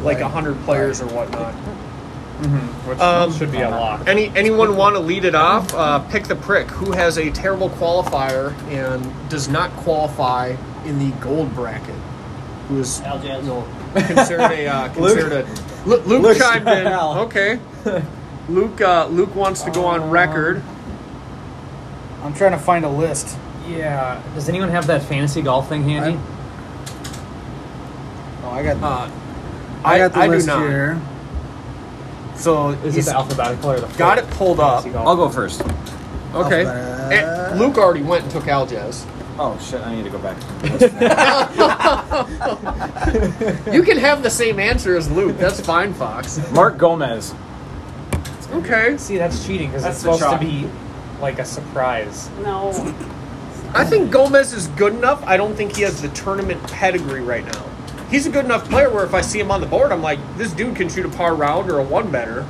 Speaker 1: like
Speaker 4: Right.
Speaker 1: a hundred players or whatnot.
Speaker 3: Which
Speaker 1: Um,
Speaker 3: should be a lock.
Speaker 1: Any anyone want to lead it off? Uh, pick the prick who has a terrible qualifier and does not qualify in the gold bracket. Who is
Speaker 5: Al Jazz.
Speaker 1: you know, considered a
Speaker 2: [laughs]
Speaker 1: uh, considered a Lu- Luke,
Speaker 3: Luke's
Speaker 1: chimed in.
Speaker 3: out.
Speaker 2: Um,
Speaker 1: Okay, Luke uh, Luke wants to go on record.
Speaker 2: I'm trying to find a list.
Speaker 3: Yeah. Does anyone have that fantasy golf thing handy?
Speaker 2: Oh, I got
Speaker 1: Uh,
Speaker 2: I, got the
Speaker 1: I,
Speaker 2: list
Speaker 1: do not.
Speaker 2: here. So
Speaker 3: Is
Speaker 2: he's-
Speaker 3: it the alphabetical or the
Speaker 1: Got it pulled up.
Speaker 3: fantasy
Speaker 5: I'll
Speaker 3: golf?
Speaker 5: go first.
Speaker 1: Okay.
Speaker 2: Alphabet.
Speaker 1: Eh, Luke already went and took
Speaker 2: [laughs]
Speaker 1: Algez.
Speaker 5: Oh shit! I need to go back.
Speaker 1: [laughs] You can have the same answer as Luke. That's fine,
Speaker 2: [laughs]
Speaker 1: Fox.
Speaker 5: Mark Gomez.
Speaker 1: Okay.
Speaker 3: See, that's cheating because it's
Speaker 5: That's
Speaker 3: supposed
Speaker 5: the
Speaker 3: to
Speaker 5: chalk.
Speaker 3: be like a surprise.
Speaker 6: No.
Speaker 1: I think Gomez is good enough. I don't think he has the tournament pedigree right now. He's a good enough player where if I see him on the board, I'm like, this dude can shoot a par round or a one better.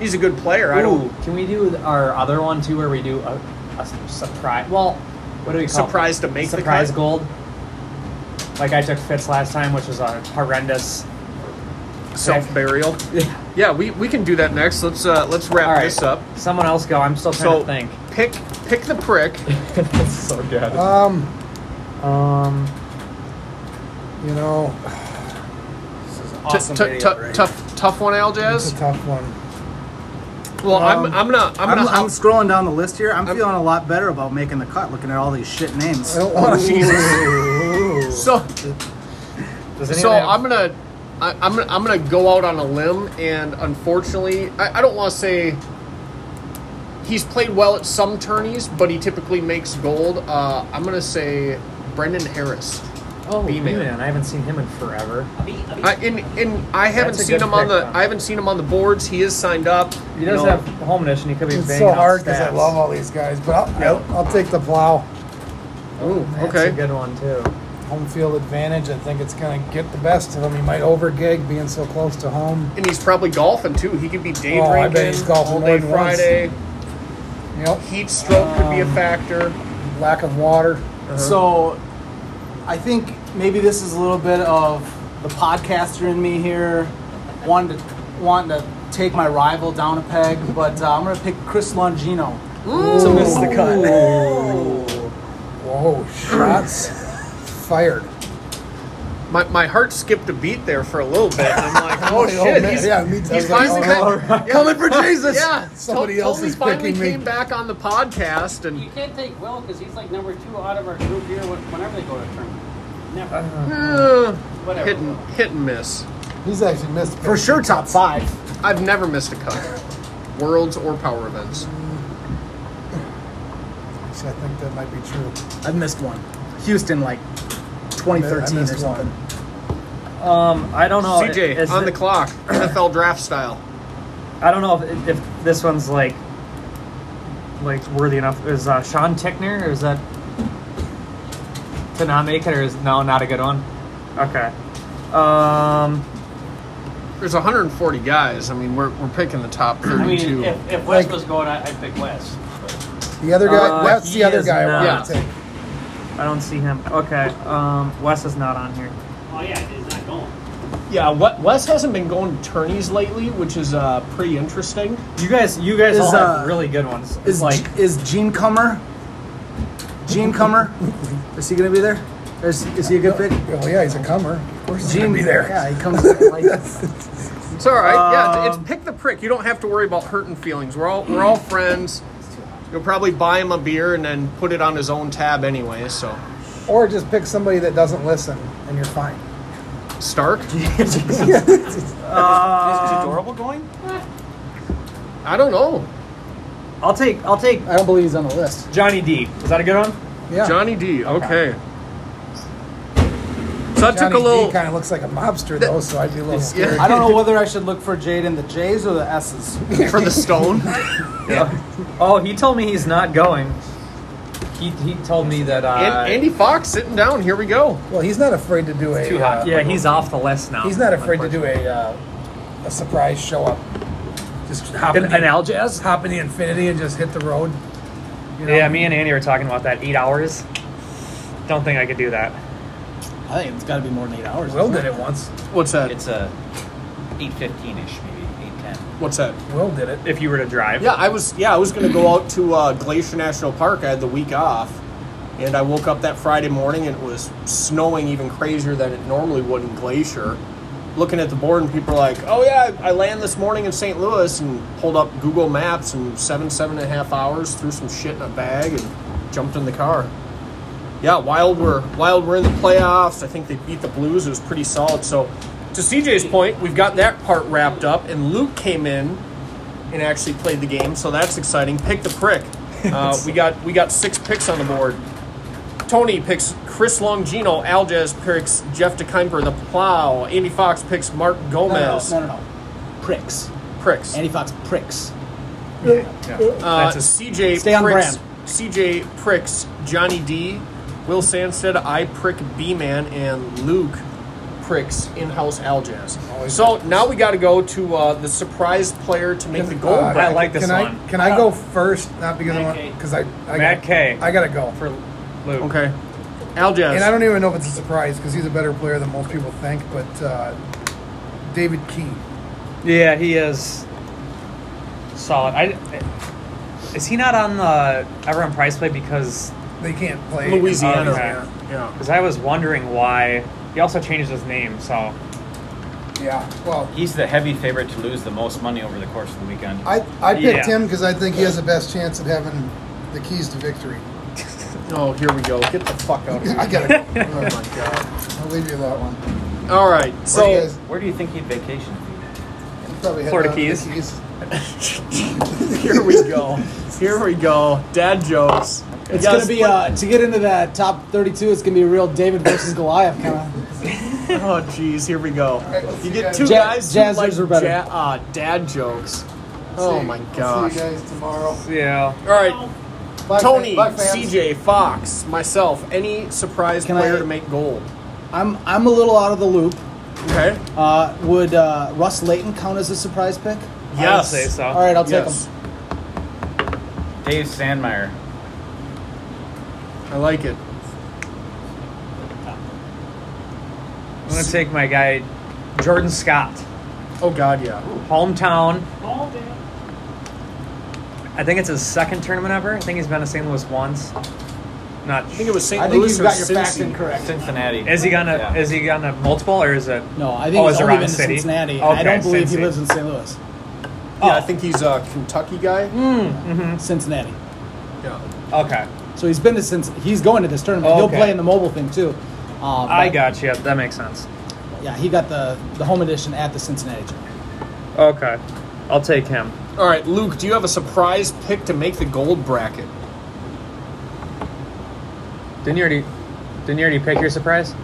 Speaker 1: He's a good player. I
Speaker 3: Ooh,
Speaker 1: don't
Speaker 3: can we do our other one too, where we do a, a surprise? Well, what do we call it?
Speaker 1: surprised to make
Speaker 3: surprise
Speaker 1: the cut.
Speaker 3: gold? Like I took Fitz last time, which was a horrendous.
Speaker 1: Self burial. [laughs] Yeah, we, we can do that next. Let's uh, let's wrap
Speaker 3: All right,
Speaker 1: this up.
Speaker 3: someone else go. I'm still trying
Speaker 1: So
Speaker 3: to think.
Speaker 1: pick pick the [laughs] prick.
Speaker 3: That's so good.
Speaker 4: Um,
Speaker 3: Um,
Speaker 4: you know,
Speaker 2: this is an
Speaker 1: T-
Speaker 2: awesome
Speaker 1: t-
Speaker 2: video
Speaker 1: t-
Speaker 2: right here.
Speaker 1: Tough tough one,
Speaker 4: it's
Speaker 1: Aljaz. [laughs]
Speaker 4: a tough one.
Speaker 1: Well, I'm
Speaker 4: um,
Speaker 1: I'm not I'm
Speaker 2: I'm, I'm,
Speaker 1: not. out-
Speaker 2: scrolling down the list here. I'm, Oh,
Speaker 1: I'm-
Speaker 2: feeling a lot better about making the cut, looking at all these shit names.
Speaker 4: I
Speaker 2: [laughs]
Speaker 4: don't want to.
Speaker 1: So
Speaker 3: does
Speaker 1: So
Speaker 3: anyone have-
Speaker 1: I'm gonna, I, I'm gonna, I'm gonna go out on a limb, and unfortunately, I, I don't want to say he's played well at some tourneys, but he typically makes gold. Uh, I'm gonna say Brendan Harris.
Speaker 3: Oh,
Speaker 1: B-Man.
Speaker 3: B-Man. I haven't seen him in forever.
Speaker 1: I, and, and I haven't
Speaker 3: That's a
Speaker 1: seen
Speaker 3: good
Speaker 1: him on
Speaker 3: pick,
Speaker 1: the
Speaker 3: though.
Speaker 1: I haven't seen him on the boards. He is signed up.
Speaker 3: He does
Speaker 1: No.
Speaker 3: have home edition. He could be
Speaker 4: It's
Speaker 3: banging
Speaker 4: so
Speaker 3: out
Speaker 4: hard because I
Speaker 3: stats.
Speaker 4: love all these guys, but I'll, I'll, I'll take the plow.
Speaker 1: Ooh,
Speaker 3: oh, That's a
Speaker 1: okay.
Speaker 3: good one too.
Speaker 4: Home field advantage. I think it's going to get the best of him. He might overgig being so close to home.
Speaker 1: And he's probably golfing too. He could be day
Speaker 4: Oh, I bet
Speaker 1: drinking
Speaker 4: he's golfing
Speaker 1: all
Speaker 4: more
Speaker 1: day
Speaker 4: than once.
Speaker 1: Friday.
Speaker 4: Yep.
Speaker 1: Heat stroke could be a factor.
Speaker 4: Lack of water.
Speaker 2: So, I think maybe this is a little bit of the podcaster in me here, wanting to wanting to take my rival down a peg, but uh, I'm gonna pick Chris Longino to miss the cut.
Speaker 4: Whoa,
Speaker 2: [laughs]
Speaker 4: shots fired.
Speaker 1: My, my heart skipped a beat there for a little bit. And I'm
Speaker 4: [laughs]
Speaker 1: like, oh
Speaker 4: Oh,
Speaker 1: shit,
Speaker 4: man.
Speaker 1: he's,
Speaker 4: Yeah, me too.
Speaker 1: he's
Speaker 4: I was
Speaker 1: finally
Speaker 4: like, oh,
Speaker 1: got- yeah.
Speaker 4: Coming for Jesus.
Speaker 1: Yeah,
Speaker 4: Somebody
Speaker 1: Tol-
Speaker 4: else
Speaker 1: Tolby
Speaker 4: is
Speaker 1: finally
Speaker 4: picking me.
Speaker 1: came back on the podcast,
Speaker 6: You
Speaker 1: and
Speaker 6: can't take Will because he's like number two out of our group here when- whenever they go to a tournament. Never.
Speaker 1: uh,
Speaker 6: Whatever.
Speaker 1: hit and hit and miss.
Speaker 4: He's actually missed.
Speaker 2: For sure, top five.
Speaker 1: I've never missed a cut, worlds or power events.
Speaker 4: Actually, I think that might be true.
Speaker 2: I've missed one. Houston, like 2013
Speaker 4: I
Speaker 2: or
Speaker 4: missed
Speaker 2: something.
Speaker 3: Um, I don't know.
Speaker 1: CJ
Speaker 3: Is
Speaker 1: on
Speaker 3: thi-
Speaker 1: the clock, NFL draft style.
Speaker 3: I don't know if, if this one's like like worthy enough. Is uh, Sean Tickner or is that to not make it or is no not a good one? Okay. Um,
Speaker 1: There's 140 guys. I mean, we're, we're picking the top
Speaker 6: I mean,
Speaker 1: 32.
Speaker 6: if, if Wes
Speaker 4: Like-
Speaker 6: was going, I- I'd pick Wes. but-
Speaker 4: The other guy.
Speaker 3: Uh,
Speaker 4: that's
Speaker 3: he
Speaker 4: the other
Speaker 3: is
Speaker 4: guy I
Speaker 1: not.
Speaker 4: want to take.
Speaker 3: I don't see him. Okay. Um, Wes is not on here.
Speaker 6: Oh, yeah, he's not going.
Speaker 1: yeah, Wes hasn't been going to tourneys lately, which is uh, pretty interesting.
Speaker 3: You guys, you guys
Speaker 2: Is,
Speaker 3: all have
Speaker 2: uh,
Speaker 3: really good ones. It's
Speaker 2: Is
Speaker 3: like
Speaker 2: is Gene Comer? Gene Comer, is he gonna be there? Or Is is he a good pick?
Speaker 4: Oh yeah, he's a comer. Of course, he's gonna
Speaker 2: Gene
Speaker 4: be there.
Speaker 2: Yeah, he comes.
Speaker 4: [laughs]
Speaker 2: Like,
Speaker 1: It's all right. yeah, it's,
Speaker 3: Um,
Speaker 1: it's pick the prick. You don't have to worry about hurting feelings. We're all we're all friends. You'll probably buy him a beer and then put it on his own tab anyway. So
Speaker 4: Or just pick somebody that doesn't listen, and you're fine.
Speaker 5: [laughs]
Speaker 1: Stark.
Speaker 5: is
Speaker 3: um,
Speaker 5: adorable going?
Speaker 1: I don't know.
Speaker 3: I'll take I'll take
Speaker 2: I don't believe he's on the list.
Speaker 3: Johnny D. Is that a good one?
Speaker 4: Yeah.
Speaker 1: Johnny D. Okay. So I took
Speaker 4: Johnny
Speaker 1: a little.
Speaker 4: kind of looks like a mobster though, so I'd be a little scared.
Speaker 2: I don't know whether I should look for Jade in the J's or the S's.
Speaker 1: [laughs] for the
Speaker 5: [laughs]
Speaker 1: stone.
Speaker 3: [laughs] Oh, he told me he's not going. He, he told me that. Uh,
Speaker 1: and, Andy Fox sitting down. Here we go.
Speaker 4: Well, he's not afraid to do a.
Speaker 5: too hot.
Speaker 4: uh,
Speaker 3: Yeah, he's off the list now.
Speaker 4: he's not afraid to do a uh, a surprise show up. Just hop
Speaker 3: An,
Speaker 4: in the,
Speaker 3: an Aljaz?
Speaker 4: hop in the infinity and just hit the road. You know?
Speaker 3: Yeah, me and Andy were talking about that. Eight hours. Don't think I could do that.
Speaker 2: I think it's got to be more than eight hours.
Speaker 4: Will
Speaker 2: isn't
Speaker 4: did it once.
Speaker 1: What's that?
Speaker 5: It's a eight fifteen ish, maybe eight ten.
Speaker 1: What's that?
Speaker 4: Will did it.
Speaker 3: If you were to drive.
Speaker 1: Yeah, I was. Yeah, I was gonna go out to uh, Glacier National Park. I had the week off, and I woke up that Friday morning and it was snowing even crazier than it normally would in Glacier. Looking at the board, and people are like, "Oh yeah, I land this morning in St. Louis," and pulled up Google Maps and seven, seven and a half hours, threw some shit in a bag, and jumped in the car. Yeah, Wild were Wild were in the playoffs. I think they beat the Blues. It was pretty solid. So, to CJ's point, we've got that part wrapped up, and Luke came in and actually played the game. So that's exciting. Pick
Speaker 7: [laughs]
Speaker 1: the prick. Uh, we got we got six picks on the board. Tony picks Chris Longino. Alges picks Jeff DeKimper, the plow. Andy Fox picks Mark
Speaker 7: No, no,
Speaker 1: Gomez.
Speaker 7: no, no, no, no. Pricks.
Speaker 1: Pricks.
Speaker 7: Andy Fox pricks.
Speaker 1: Uh,
Speaker 2: That's a
Speaker 1: CJ
Speaker 7: Stay on
Speaker 1: pricks,
Speaker 7: brand.
Speaker 1: CJ pricks Johnny D, Will Sandstead, I prick B Man, and Luke pricks in house Aljazz. So now we got to go to uh, the surprise player to make the goal.
Speaker 4: Uh,
Speaker 3: I like this
Speaker 4: can
Speaker 3: one.
Speaker 4: I, can I go first? Not because I
Speaker 6: Matt
Speaker 4: want,
Speaker 6: K.
Speaker 4: because I, I
Speaker 3: Matt K.
Speaker 4: I gotta go.
Speaker 3: for Luke.
Speaker 1: okay, Aljazz.
Speaker 4: uh, And I don't even know if it's a surprise because he's a better player than most people think. But uh, David Key,
Speaker 3: Yeah, he is solid. I is he not on the everyone price play because
Speaker 4: they can't play
Speaker 1: Louisiana.
Speaker 3: Okay.
Speaker 1: oh, Yeah.
Speaker 3: because I was wondering why he also changed his name. So
Speaker 4: Yeah, well,
Speaker 5: He's the heavy favorite to lose the most money over the course of the weekend.
Speaker 4: I I picked
Speaker 3: Yeah.
Speaker 4: him because I think he has the best chance of having the keys to victory. [laughs]
Speaker 1: Oh, here we go. Get the fuck out of here.
Speaker 4: I gotta go.
Speaker 1: Oh my god.
Speaker 4: I'll leave you that
Speaker 1: [laughs]
Speaker 4: one.
Speaker 1: All right.
Speaker 4: Where do you
Speaker 1: So
Speaker 4: guys-
Speaker 5: Where do you think he'd vacation? if
Speaker 4: you probably head
Speaker 3: Florida
Speaker 4: down to the
Speaker 1: [laughs]
Speaker 3: Keys.
Speaker 1: here we go. Here we go. Dad jokes.
Speaker 7: It's
Speaker 1: You gotta
Speaker 7: gonna be
Speaker 1: split-
Speaker 7: uh, to get into that top 32. It's gonna be a real David versus Goliath kind of.
Speaker 1: [laughs] Oh jeez, here we go. You get two
Speaker 7: Ja-
Speaker 1: guys who
Speaker 7: jazzers
Speaker 1: like
Speaker 7: are better.
Speaker 1: ja- ah, dad jokes. Oh
Speaker 4: See-
Speaker 1: my
Speaker 4: I'll
Speaker 1: gosh.
Speaker 4: See you guys tomorrow.
Speaker 3: yeah,
Speaker 1: All right,
Speaker 4: Bye,
Speaker 1: Tony,
Speaker 4: fa- bye, fans.
Speaker 1: CJ, Fox, myself, any surprise
Speaker 7: Can
Speaker 1: player
Speaker 7: I-
Speaker 1: to make gold.
Speaker 7: I'm I'm a little out of the loop.
Speaker 1: Okay?
Speaker 7: Uh, would uh, Russ Layton count as a surprise pick?
Speaker 3: I would
Speaker 1: Yes.
Speaker 3: say so.
Speaker 7: All right, I'll take
Speaker 1: yes.
Speaker 7: him.
Speaker 5: he- Dave Sandmeyer.
Speaker 1: I like it.
Speaker 3: I'm gonna take my guy Jordan Scott,
Speaker 1: Oh god, yeah.
Speaker 3: hometown.
Speaker 6: All day.
Speaker 3: I think it's his second tournament ever. I think he's been to St. Louis once. Not.
Speaker 1: I think it was St.
Speaker 7: I think
Speaker 1: Louis
Speaker 7: you've
Speaker 1: or
Speaker 7: got your facts
Speaker 1: Cincy.
Speaker 7: incorrect.
Speaker 5: Cincinnati.
Speaker 3: Is he gonna?
Speaker 5: Yeah.
Speaker 3: Is he gonna multiple or is it?
Speaker 7: No, I think
Speaker 3: Oh,
Speaker 7: he's
Speaker 3: it's
Speaker 7: only
Speaker 3: around
Speaker 7: been to
Speaker 3: city?
Speaker 7: Cincinnati. and I
Speaker 3: Okay,
Speaker 7: don't believe he
Speaker 3: Cincy.
Speaker 7: lives in St. Louis.
Speaker 1: Yeah, I
Speaker 3: Oh.
Speaker 1: think he's a Kentucky guy.
Speaker 3: Hmm?
Speaker 7: Cincinnati.
Speaker 1: Yeah.
Speaker 3: Okay,
Speaker 7: So he's been to since he's going to this tournament. He'll
Speaker 3: Okay.
Speaker 7: play in the mobile thing too. Uh,
Speaker 3: I
Speaker 7: but-
Speaker 3: got you. That makes sense.
Speaker 7: Yeah, he got the the home edition at the Cincinnati. Gym.
Speaker 3: Okay, I'll take him.
Speaker 1: All right, Luke, do you have a surprise pick to make the gold bracket?
Speaker 3: Didn't you already? Didn't you already pick your surprise?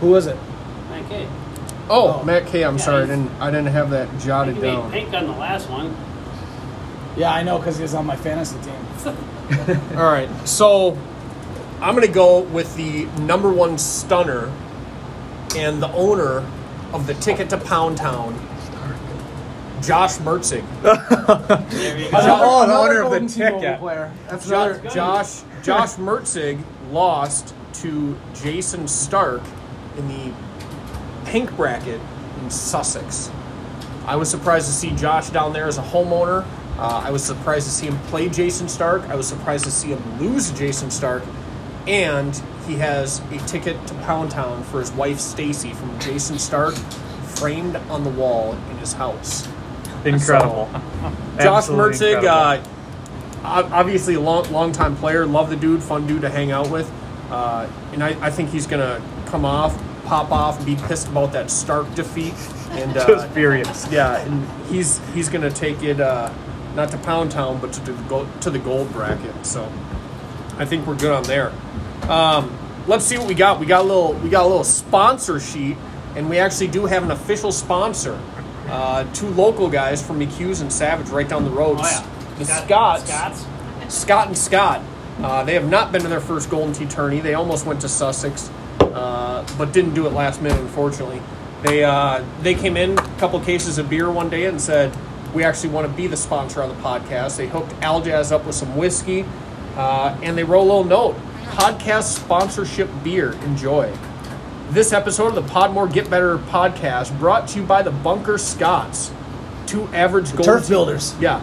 Speaker 7: Who was it?
Speaker 6: Matt K.
Speaker 1: Oh,
Speaker 7: Oh.
Speaker 1: Matt K, I'm
Speaker 6: Yeah,
Speaker 1: sorry, I
Speaker 6: he's-
Speaker 1: didn't I didn't have that
Speaker 6: You
Speaker 1: jotted
Speaker 6: made
Speaker 1: down.
Speaker 6: pink on the last one.
Speaker 7: Yeah, I know because he was on my fantasy team.
Speaker 1: All right, so I'm going to go with the number one stunner and the owner of the ticket to Pound Town, Josh
Speaker 3: [laughs]
Speaker 1: Mertzig.
Speaker 6: There you
Speaker 3: Another-
Speaker 6: go.
Speaker 3: oh, the owner of the
Speaker 7: Golden Tee Bowl
Speaker 3: ticket.
Speaker 7: player. That's
Speaker 1: Jo-
Speaker 7: another.
Speaker 1: Josh Josh Mertzig lost to Jason Stark in the pink bracket in Sussex. I was surprised to see Josh down there as a homeowner. Uh, I was surprised to see him play Jason Stark. I was surprised to see him lose Jason Stark, and he has a ticket to Pound Town for his wife Stacy from Jason Stark, framed on the wall in his house.
Speaker 3: Incredible.
Speaker 1: Josh
Speaker 3: Absolutely
Speaker 1: Mertzig,
Speaker 3: incredible.
Speaker 1: uh, ob- obviously long longtime player, love the dude, fun dude to hang out with, uh, and I, I think he's gonna come off, pop off, be pissed about that Stark defeat,
Speaker 3: [laughs]
Speaker 1: and uh,
Speaker 3: just furious.
Speaker 1: yeah, and he's he's gonna take it uh, not to Pound Town, but to the go- to the gold bracket. So I think we're good on there. Um, let's see what we got. We got a little we got a little sponsor sheet, and we actually do have an official sponsor. Uh, two local guys from McHughes and Savage right down the road.
Speaker 6: Oh, yeah.
Speaker 1: The
Speaker 6: Scott-
Speaker 1: Scots.
Speaker 6: Scots.
Speaker 1: Scott and Scott. Uh, they have not been to their first Golden Tee tourney. They almost went to Sussex, uh, but didn't do it last minute, unfortunately. They uh, they came in a couple cases of beer one day and said, "We actually want to be the sponsor on the podcast." They hooked Aljaz up with some whiskey, uh, and they wrote a little note: "Podcast sponsorship beer. Enjoy." This episode of the Podmore Get Better podcast brought to you by the Bunker Scots, two average Golden
Speaker 7: Turf
Speaker 1: Tee-
Speaker 7: builders.
Speaker 1: yeah.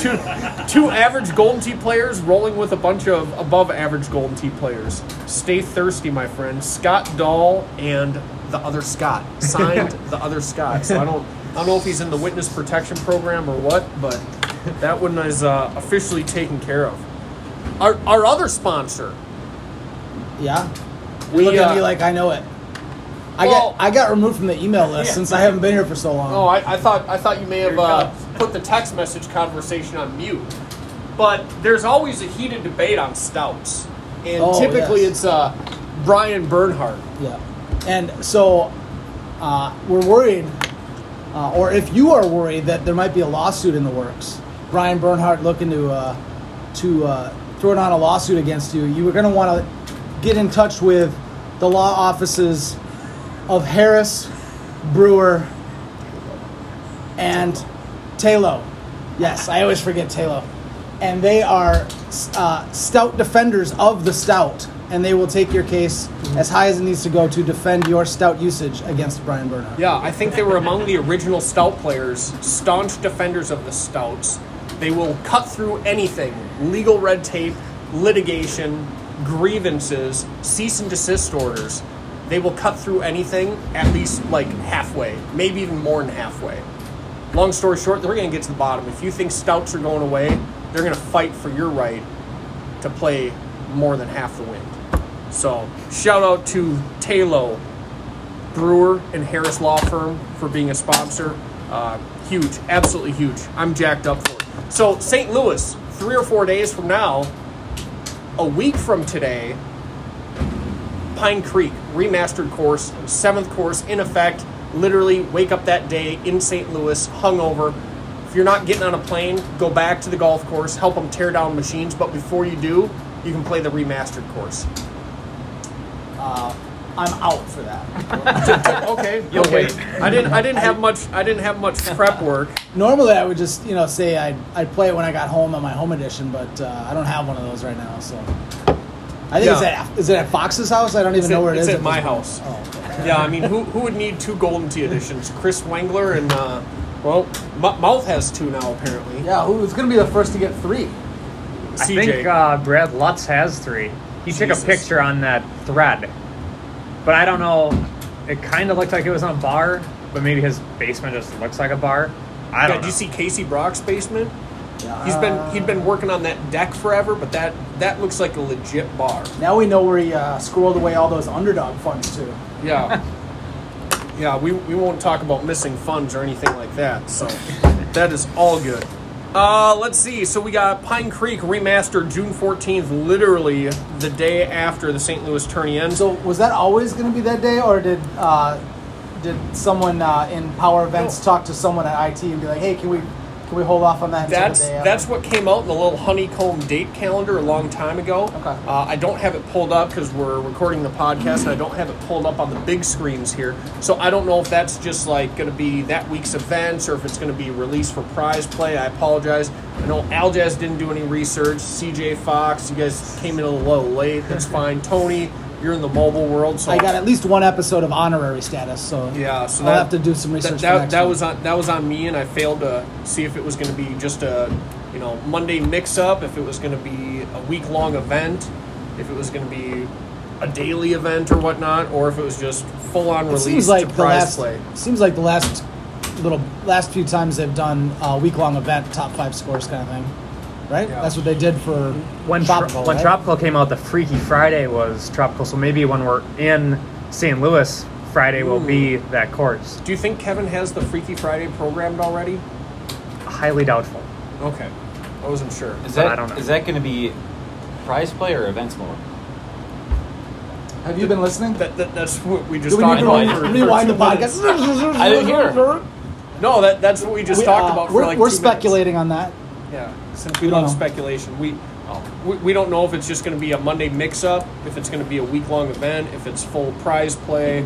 Speaker 1: two, two average golden tee players rolling with a bunch of above average golden tee players. Stay thirsty, my friend. Scott Dahl and the other Scott. Signed the other Scott. So I don't I don't know if he's in the witness protection program or what, but that one is uh, officially taken care of. Our, our other sponsor.
Speaker 2: Yeah.
Speaker 1: We,
Speaker 2: Look
Speaker 1: uh,
Speaker 2: at me like I know it. I
Speaker 1: Well-
Speaker 2: got I got removed from the email list
Speaker 1: Yeah.
Speaker 2: since I haven't been here for so long.
Speaker 1: Oh, I, I thought I thought you may have
Speaker 3: Here it
Speaker 1: uh,
Speaker 3: comes.
Speaker 1: put the text message conversation on mute. But there's always a heated debate on stouts, and
Speaker 2: Oh,
Speaker 1: typically
Speaker 2: yes.
Speaker 1: it's uh, Brian Bernhardt.
Speaker 2: Yeah. And so uh, we're worried, uh, or if you are worried that there might be a lawsuit in the works, Brian Bernhardt looking to uh, to uh, throw down a lawsuit against you, you are going to want to get in touch with the law offices of Harris, Brewer, and Talo. Yes, I always forget Talo. And they are uh, stout defenders of the stout, and they will take your case as high as it needs to go to defend your stout usage against Brian Bernhardt.
Speaker 1: Yeah, I think they were among the original stout players, staunch defenders of the stouts. They will cut through anything legal red tape, litigation, grievances, cease and desist orders. They will cut through anything at least like halfway, maybe even more than halfway. Long story short, they're going to get to the bottom. If you think stouts are going away, they're going to fight for your right to play more than half the wind. So, shout out to Talo, Brewer and Harris Law Firm for being a sponsor. Uh, huge, absolutely huge. I'm jacked up for it. So, St. Louis, three or four days from now, a week from today, Pine Creek remastered course, seventh course in effect. Literally, wake up that day in St. Louis, hungover. If you're not getting on a plane, go back to the golf course, help them tear down machines. But before you do, you can play the remastered course.
Speaker 2: Uh, I'm out for that.
Speaker 1: Oh, okay, you'll wait. I didn't. I didn't have much. I didn't have much prep work.
Speaker 2: Normally, I would just you know say I'd, I'd play it when I got home on my home edition, but uh, I don't have one of those right now. So I think it's
Speaker 1: Yeah.
Speaker 2: at is it at Fox's house? I don't even
Speaker 1: It's
Speaker 2: know
Speaker 1: at-
Speaker 2: where it
Speaker 1: it's
Speaker 2: is.
Speaker 1: at
Speaker 2: this
Speaker 1: my
Speaker 2: point.
Speaker 1: house.
Speaker 2: Oh, okay.
Speaker 1: Yeah, I mean, who who would need two Golden Tea editions? Chris Wangler and uh, well, M- Mouth has two now apparently.
Speaker 2: Yeah, who's going to be the first to get three?
Speaker 1: CJ.
Speaker 3: I think uh, Brad Lutz has three. He took
Speaker 1: Jesus.
Speaker 3: a picture on that thread, but I don't know. It kind of looked like it was on a bar, but maybe his basement just looks like a bar. I
Speaker 1: yeah,
Speaker 3: don't
Speaker 1: did
Speaker 3: know.
Speaker 1: you see Casey Brock's basement?
Speaker 2: Yeah.
Speaker 1: He's been he'd been working on that deck forever, but that that looks like a legit bar.
Speaker 2: Now we know where he uh, squirreled away all those underdog funds too.
Speaker 1: Yeah. yeah, we, we won't talk about missing funds or anything like that. So that is all good. Uh, let's see. So we got Pine Creek remastered June 14th, literally the day after the St. Louis tourney ends.
Speaker 2: So was that always going to be that day, or did uh, did someone uh, in Power Events
Speaker 1: No.
Speaker 2: talk to someone at IT and be like, "Hey, can we can we hold off on that?" until the
Speaker 1: That's
Speaker 2: day after?"
Speaker 1: that's what came out in the little honeycomb date calendar a long time ago.
Speaker 2: Okay.
Speaker 1: Uh, I don't have it pulled up because we're recording the podcast, and I don't have it pulled up on the big screens here. So I don't know if that's just like going to be that week's events or if it's going to be released for prize play. I apologize. I know Al Jazz didn't do any research. CJ Fox, you guys came in a little late.
Speaker 2: [laughs]
Speaker 1: That's fine. Tony, you're in the mobile world, so
Speaker 2: I got at least one episode of honorary status, so
Speaker 1: yeah, so
Speaker 2: I'll
Speaker 1: that,
Speaker 2: have to do some
Speaker 1: That,
Speaker 2: research. for
Speaker 1: that,
Speaker 2: next
Speaker 1: that
Speaker 2: one.
Speaker 1: was on that was on me, and I failed to see if it was going to be just a you know Monday mix up, if it was going to be a week long event, if it was going to be a daily event or whatnot, or if it was just full on
Speaker 2: It
Speaker 1: release
Speaker 2: seems like
Speaker 1: to
Speaker 2: the
Speaker 1: prize
Speaker 2: last
Speaker 1: play.
Speaker 2: seems like the last little last few times they've done a week long event, top five scores kind of thing, right?
Speaker 1: Yeah.
Speaker 2: That's what they did for
Speaker 3: when
Speaker 2: Tropical,
Speaker 3: Tro- when
Speaker 2: right?
Speaker 3: Tropical came out, the Freaky Friday was Tropical. So maybe when we're in St. Louis, Friday will be that course.
Speaker 1: Do you think Kevin has the Freaky Friday programmed already?
Speaker 3: Highly doubtful.
Speaker 1: Okay, I wasn't sure.
Speaker 3: But
Speaker 5: Is that
Speaker 3: I don't know.
Speaker 5: is that going to be prize play or events mode?
Speaker 2: Have you been listening?
Speaker 1: That, that, that's what we just
Speaker 2: do we
Speaker 1: talked
Speaker 2: need to
Speaker 5: Rewind.
Speaker 1: about.
Speaker 2: re-
Speaker 1: for [laughs]
Speaker 2: rewind the
Speaker 1: 13 minutes.
Speaker 2: podcast?
Speaker 5: I didn't hear.
Speaker 1: No, that, that's what we just
Speaker 2: We,
Speaker 1: talked
Speaker 2: uh,
Speaker 1: about. For
Speaker 2: we're
Speaker 1: like
Speaker 2: we're
Speaker 1: two minutes.
Speaker 2: speculating on that.
Speaker 1: Yeah, since we
Speaker 2: We
Speaker 1: love
Speaker 2: don't know.
Speaker 1: speculation, we, we we don't know if it's just going to be a Monday mix-up, if it's going to be a week-long event, if it's full prize play.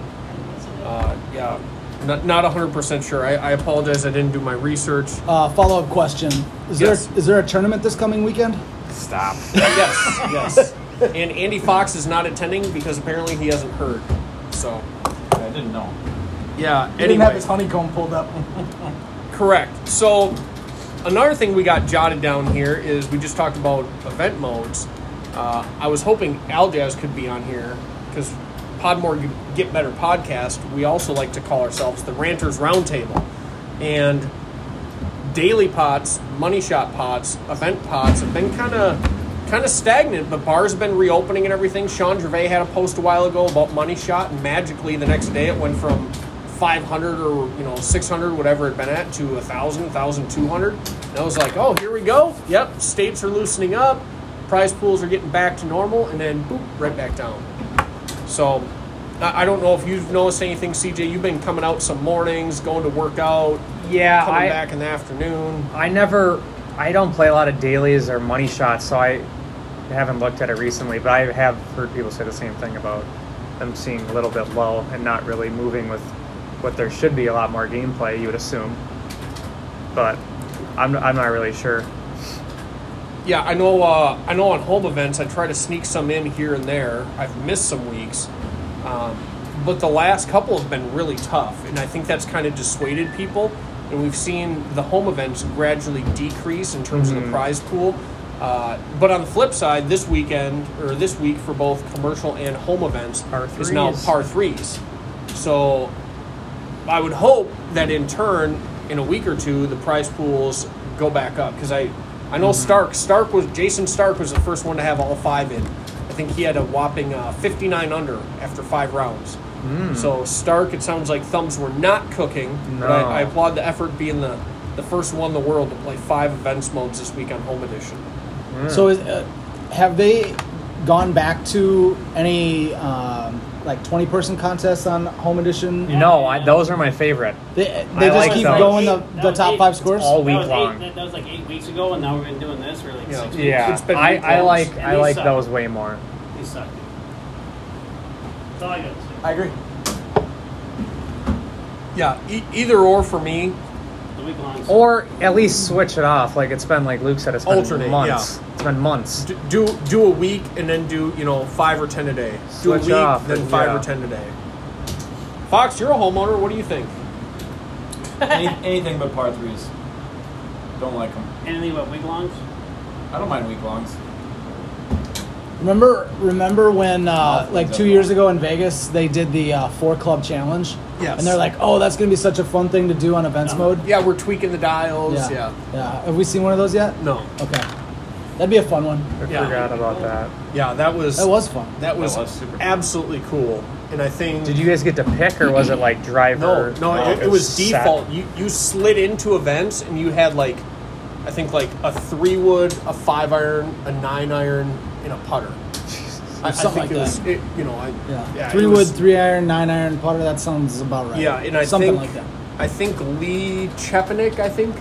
Speaker 1: Uh, yeah, not not hundred percent sure. I, I apologize. I didn't do my research.
Speaker 2: Uh, Follow up question: Is there
Speaker 1: Yes.
Speaker 2: is there a tournament this coming weekend?
Speaker 3: Stop.
Speaker 1: yes, yes. And Andy Fox is not attending because apparently he hasn't heard. So
Speaker 5: I didn't know.
Speaker 1: yeah.
Speaker 2: He didn't have his honeycomb pulled up.
Speaker 1: Correct. So another thing we got jotted down here is we just talked about event modes. Uh, I was hoping Al Jazz could be on here because Podmore G- Get Better podcast. We also like to call ourselves the Ranters Roundtable, and daily pots, money shot pots, event pots have been kind of kind of stagnant, but bars have been reopening and everything. Sean Gervais had a post a while ago about money shot, and magically the next day it went from 500 or you know 600 whatever it had been at to 1000 1200 and i was like oh here we go yep states are loosening up prize pools are getting back to normal and then boop right back down so i I don't know if you've noticed anything cj you've been coming out some mornings going to work out
Speaker 3: Yeah,
Speaker 1: coming
Speaker 3: I,
Speaker 1: back in the afternoon
Speaker 3: I never, I don't play a lot of dailies or money shots, so I haven't looked at it recently. But I have heard people say the same thing about them seeing a little bit low and not really moving with what there should be a lot more gameplay. You would assume, but I'm I'm not really sure.
Speaker 1: Yeah, I know. Uh, I know on home events, I try to sneak some in here and there. I've missed some weeks, um, but the last couple have been really tough, and I think that's kind of dissuaded people. And we've seen the home events gradually decrease in terms
Speaker 3: Mm-hmm.
Speaker 1: of the prize pool. Uh, but on the flip side, this weekend or this week for both commercial and home events
Speaker 3: Par
Speaker 1: is now
Speaker 3: threes.
Speaker 1: par threes. So I would hope that in turn, in a week or two, the prize pools go back up because I, I know Stark. Stark was Jason Stark was the first one to have all five in. I think he had a whopping uh, 59 under after five rounds. So Stark, it sounds like thumbs were not cooking. but
Speaker 3: No.
Speaker 1: I, I applaud the effort being the the first one in the world to play five events modes this week on Home Edition.
Speaker 5: Mm.
Speaker 7: So, is, uh, have they gone back to any um, like twenty person contests on Home Edition?
Speaker 3: No, I, those are my favorite.
Speaker 7: They,
Speaker 3: I
Speaker 7: they just
Speaker 3: like
Speaker 7: keep
Speaker 3: those.
Speaker 7: going the,
Speaker 6: Eight,
Speaker 7: the
Speaker 6: no,
Speaker 7: top
Speaker 6: eight.
Speaker 7: five scores.
Speaker 3: All week
Speaker 6: that was
Speaker 3: long.
Speaker 6: Eight, that, that was like eight weeks ago, and now we've been doing this for like
Speaker 1: Yeah.
Speaker 6: six weeks.
Speaker 3: Yeah,
Speaker 1: It's been
Speaker 3: I, I
Speaker 1: weekends.
Speaker 3: like
Speaker 6: And
Speaker 3: I
Speaker 6: they
Speaker 3: like
Speaker 6: suck.
Speaker 3: these those way more.
Speaker 6: They suck. dude. That's all I got to say.
Speaker 7: I agree.
Speaker 1: Yeah, e- either or for me,
Speaker 6: The week long.
Speaker 3: Or at least switch it off. Like it's been like Luke said, it's been
Speaker 1: Alternate,
Speaker 3: months.
Speaker 1: yeah.
Speaker 3: It's been months.
Speaker 1: D- do do a week and then do you know five or ten a day. Do a
Speaker 3: Switch
Speaker 1: week,
Speaker 3: off,
Speaker 1: then
Speaker 3: and-
Speaker 1: five
Speaker 3: yeah.
Speaker 1: or ten a day. Fox, you're a homeowner. What do you think?
Speaker 5: Any, anything but par threes. Don't like them.
Speaker 6: anything about week longs?
Speaker 5: I don't mind week longs.
Speaker 7: Remember, remember when uh,
Speaker 5: Awful
Speaker 7: like
Speaker 5: stuff.
Speaker 7: two years ago in Vegas they did the uh, four club challenge.
Speaker 1: Yes. Uh,
Speaker 7: And they're like, oh, that's gonna be such a fun thing to do on events
Speaker 6: No.
Speaker 7: mode.
Speaker 1: Yeah, we're tweaking the dials. Yeah.
Speaker 7: Yeah. Have we seen one of those yet?
Speaker 1: No.
Speaker 7: Okay. That'd be a fun one.
Speaker 3: I
Speaker 1: Yeah.
Speaker 3: forgot about that.
Speaker 1: Yeah, that was
Speaker 7: That was fun.
Speaker 1: that was,
Speaker 5: That was super cool.
Speaker 1: absolutely cool. And I think
Speaker 3: Did you guys get to pick, or was it like
Speaker 1: No,
Speaker 3: driver?
Speaker 1: no, it, it was default. You you slid into events and you had like, I think like a three wood, a five iron, a nine iron, and a putter. I, I think
Speaker 7: Something like
Speaker 1: it was
Speaker 7: that.
Speaker 1: it, you know I
Speaker 7: Yeah.
Speaker 1: it
Speaker 7: Three
Speaker 1: was-
Speaker 7: wood, three iron, nine iron putter. That sounds about right.
Speaker 1: Yeah, and I
Speaker 7: something
Speaker 1: think
Speaker 7: like that.
Speaker 1: I think Lee Chepanik, I think,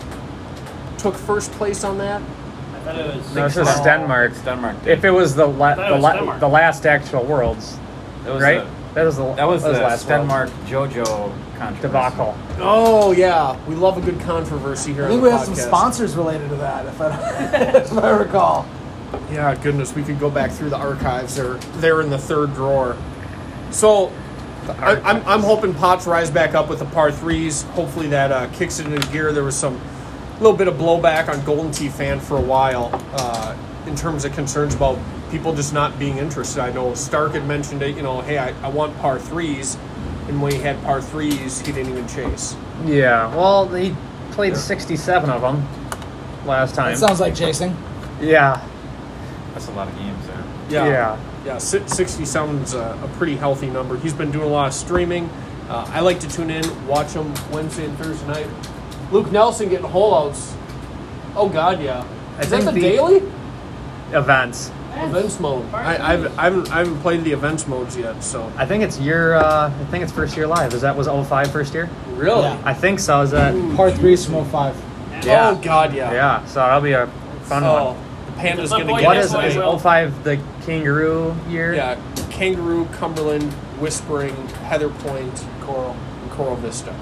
Speaker 1: took first place on that.
Speaker 6: I thought it was.
Speaker 3: No, this is
Speaker 1: so.
Speaker 3: Denmark.
Speaker 5: It's Denmark.
Speaker 3: If it was the la-
Speaker 6: thought it
Speaker 3: the,
Speaker 6: was
Speaker 3: la-
Speaker 6: Denmark.
Speaker 3: the last actual worlds,
Speaker 5: That was
Speaker 3: right?
Speaker 5: The,
Speaker 3: that was the
Speaker 5: that was, the
Speaker 3: last Worlds.
Speaker 5: Denmark JoJo controversy.
Speaker 3: debacle.
Speaker 1: Oh yeah, we love a good controversy here.
Speaker 7: I
Speaker 1: on
Speaker 7: think
Speaker 1: the
Speaker 7: we have some
Speaker 1: podcast.
Speaker 7: sponsors related to that, if I, [laughs] if I recall.
Speaker 1: Yeah, goodness, we could go back through the archives. They're they're in the third drawer. So, I, I'm I'm hoping Potts rise back up with the par threes. Hopefully that uh, kicks it into gear. There was some little bit of blowback on Golden Tee fan for a while uh, in terms of concerns about people just not being interested. I know Stark had mentioned it. You know, hey, I, I want par threes, and when he had par threes, he didn't even chase.
Speaker 3: Yeah. Well, he played 67 of them last time.
Speaker 7: That sounds like chasing.
Speaker 3: yeah.
Speaker 5: That's a lot of games there.
Speaker 1: Yeah.
Speaker 3: Yeah.
Speaker 1: Yeah. si- 60 sounds uh, a pretty healthy number. He's been doing a lot of streaming. Uh, I like to tune in, watch him Wednesday and Thursday night. Luke Nelson getting holdouts. Oh, God, yeah.
Speaker 3: I
Speaker 1: Is that
Speaker 3: think
Speaker 1: the,
Speaker 3: the-
Speaker 1: daily?
Speaker 3: Events.
Speaker 1: Events mode. I, I, haven't, I, haven't, I haven't played the events modes yet, so.
Speaker 3: I think it's your. Uh, I think it's first year live. Is that was 05 first year?
Speaker 1: Really?
Speaker 7: Yeah.
Speaker 3: I think so. Is that?
Speaker 7: Par three, smoke five.
Speaker 3: Yeah.
Speaker 1: Oh, God, yeah.
Speaker 3: Yeah. So that'll be a fun
Speaker 1: oh,
Speaker 3: one.
Speaker 1: the Panda's
Speaker 6: What
Speaker 1: going to get
Speaker 3: What
Speaker 6: yeah,
Speaker 1: it.
Speaker 3: is
Speaker 6: that's
Speaker 3: is
Speaker 6: why I will.
Speaker 3: 05 the kangaroo year?
Speaker 1: Yeah, Kangaroo, Cumberland, Whispering, Heather Point, Coral, and Coral Vista.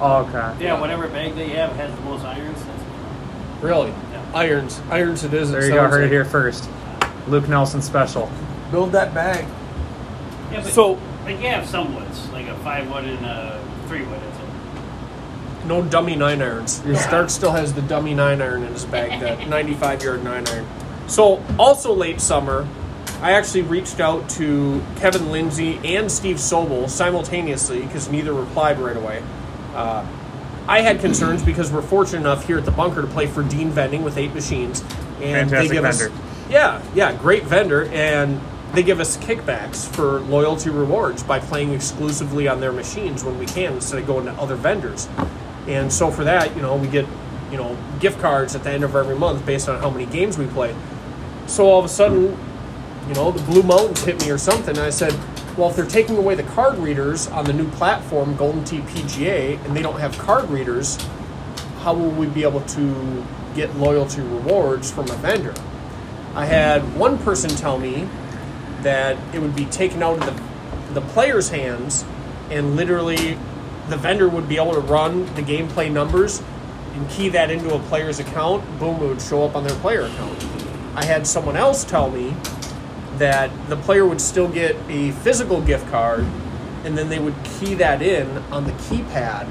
Speaker 3: Oh, okay.
Speaker 6: Yeah, whatever bag that you have has the most irons. That's
Speaker 1: Really?
Speaker 6: Yeah.
Speaker 1: Irons. Irons it is. it
Speaker 3: There you go.
Speaker 1: sounds
Speaker 3: Heard it
Speaker 1: like.
Speaker 3: here first. Luke Nelson special.
Speaker 2: Build that bag.
Speaker 6: yeah, but
Speaker 1: So-
Speaker 6: like you have some woods, like a five wood and a three wood. That's it.
Speaker 1: No dummy nine irons.
Speaker 3: Yeah.
Speaker 1: Stark still has the dummy nine iron in his bag, that 95 yard nine iron. So, also late summer, I actually reached out to Kevin Lindsay and Steve Sobel simultaneously because neither replied right away. Uh, I had concerns because we're fortunate enough here at the bunker to play for Dean Vending with eight machines, and
Speaker 3: Fantastic
Speaker 1: they give
Speaker 3: vendor.
Speaker 1: us Yeah, yeah, great vendor, and they give us kickbacks for loyalty rewards by playing exclusively on their machines when we can, instead of going to other vendors. And so for that, you know, we get you know gift cards at the end of every month based on how many games we play. So all of a sudden, you know, the Blue Mountains hit me or something. And I said, well, if they're taking away the card readers on the new platform, Golden Tee PGA, and they don't have card readers, how will we be able to get loyalty rewards from a vendor? I had one person tell me that it would be taken out of the, the player's hands and literally the vendor would be able to run the gameplay numbers and key that into a player's account. Boom, it would show up on their player account. I had someone else tell me that the player would still get a physical gift card and then they would key that in on the keypad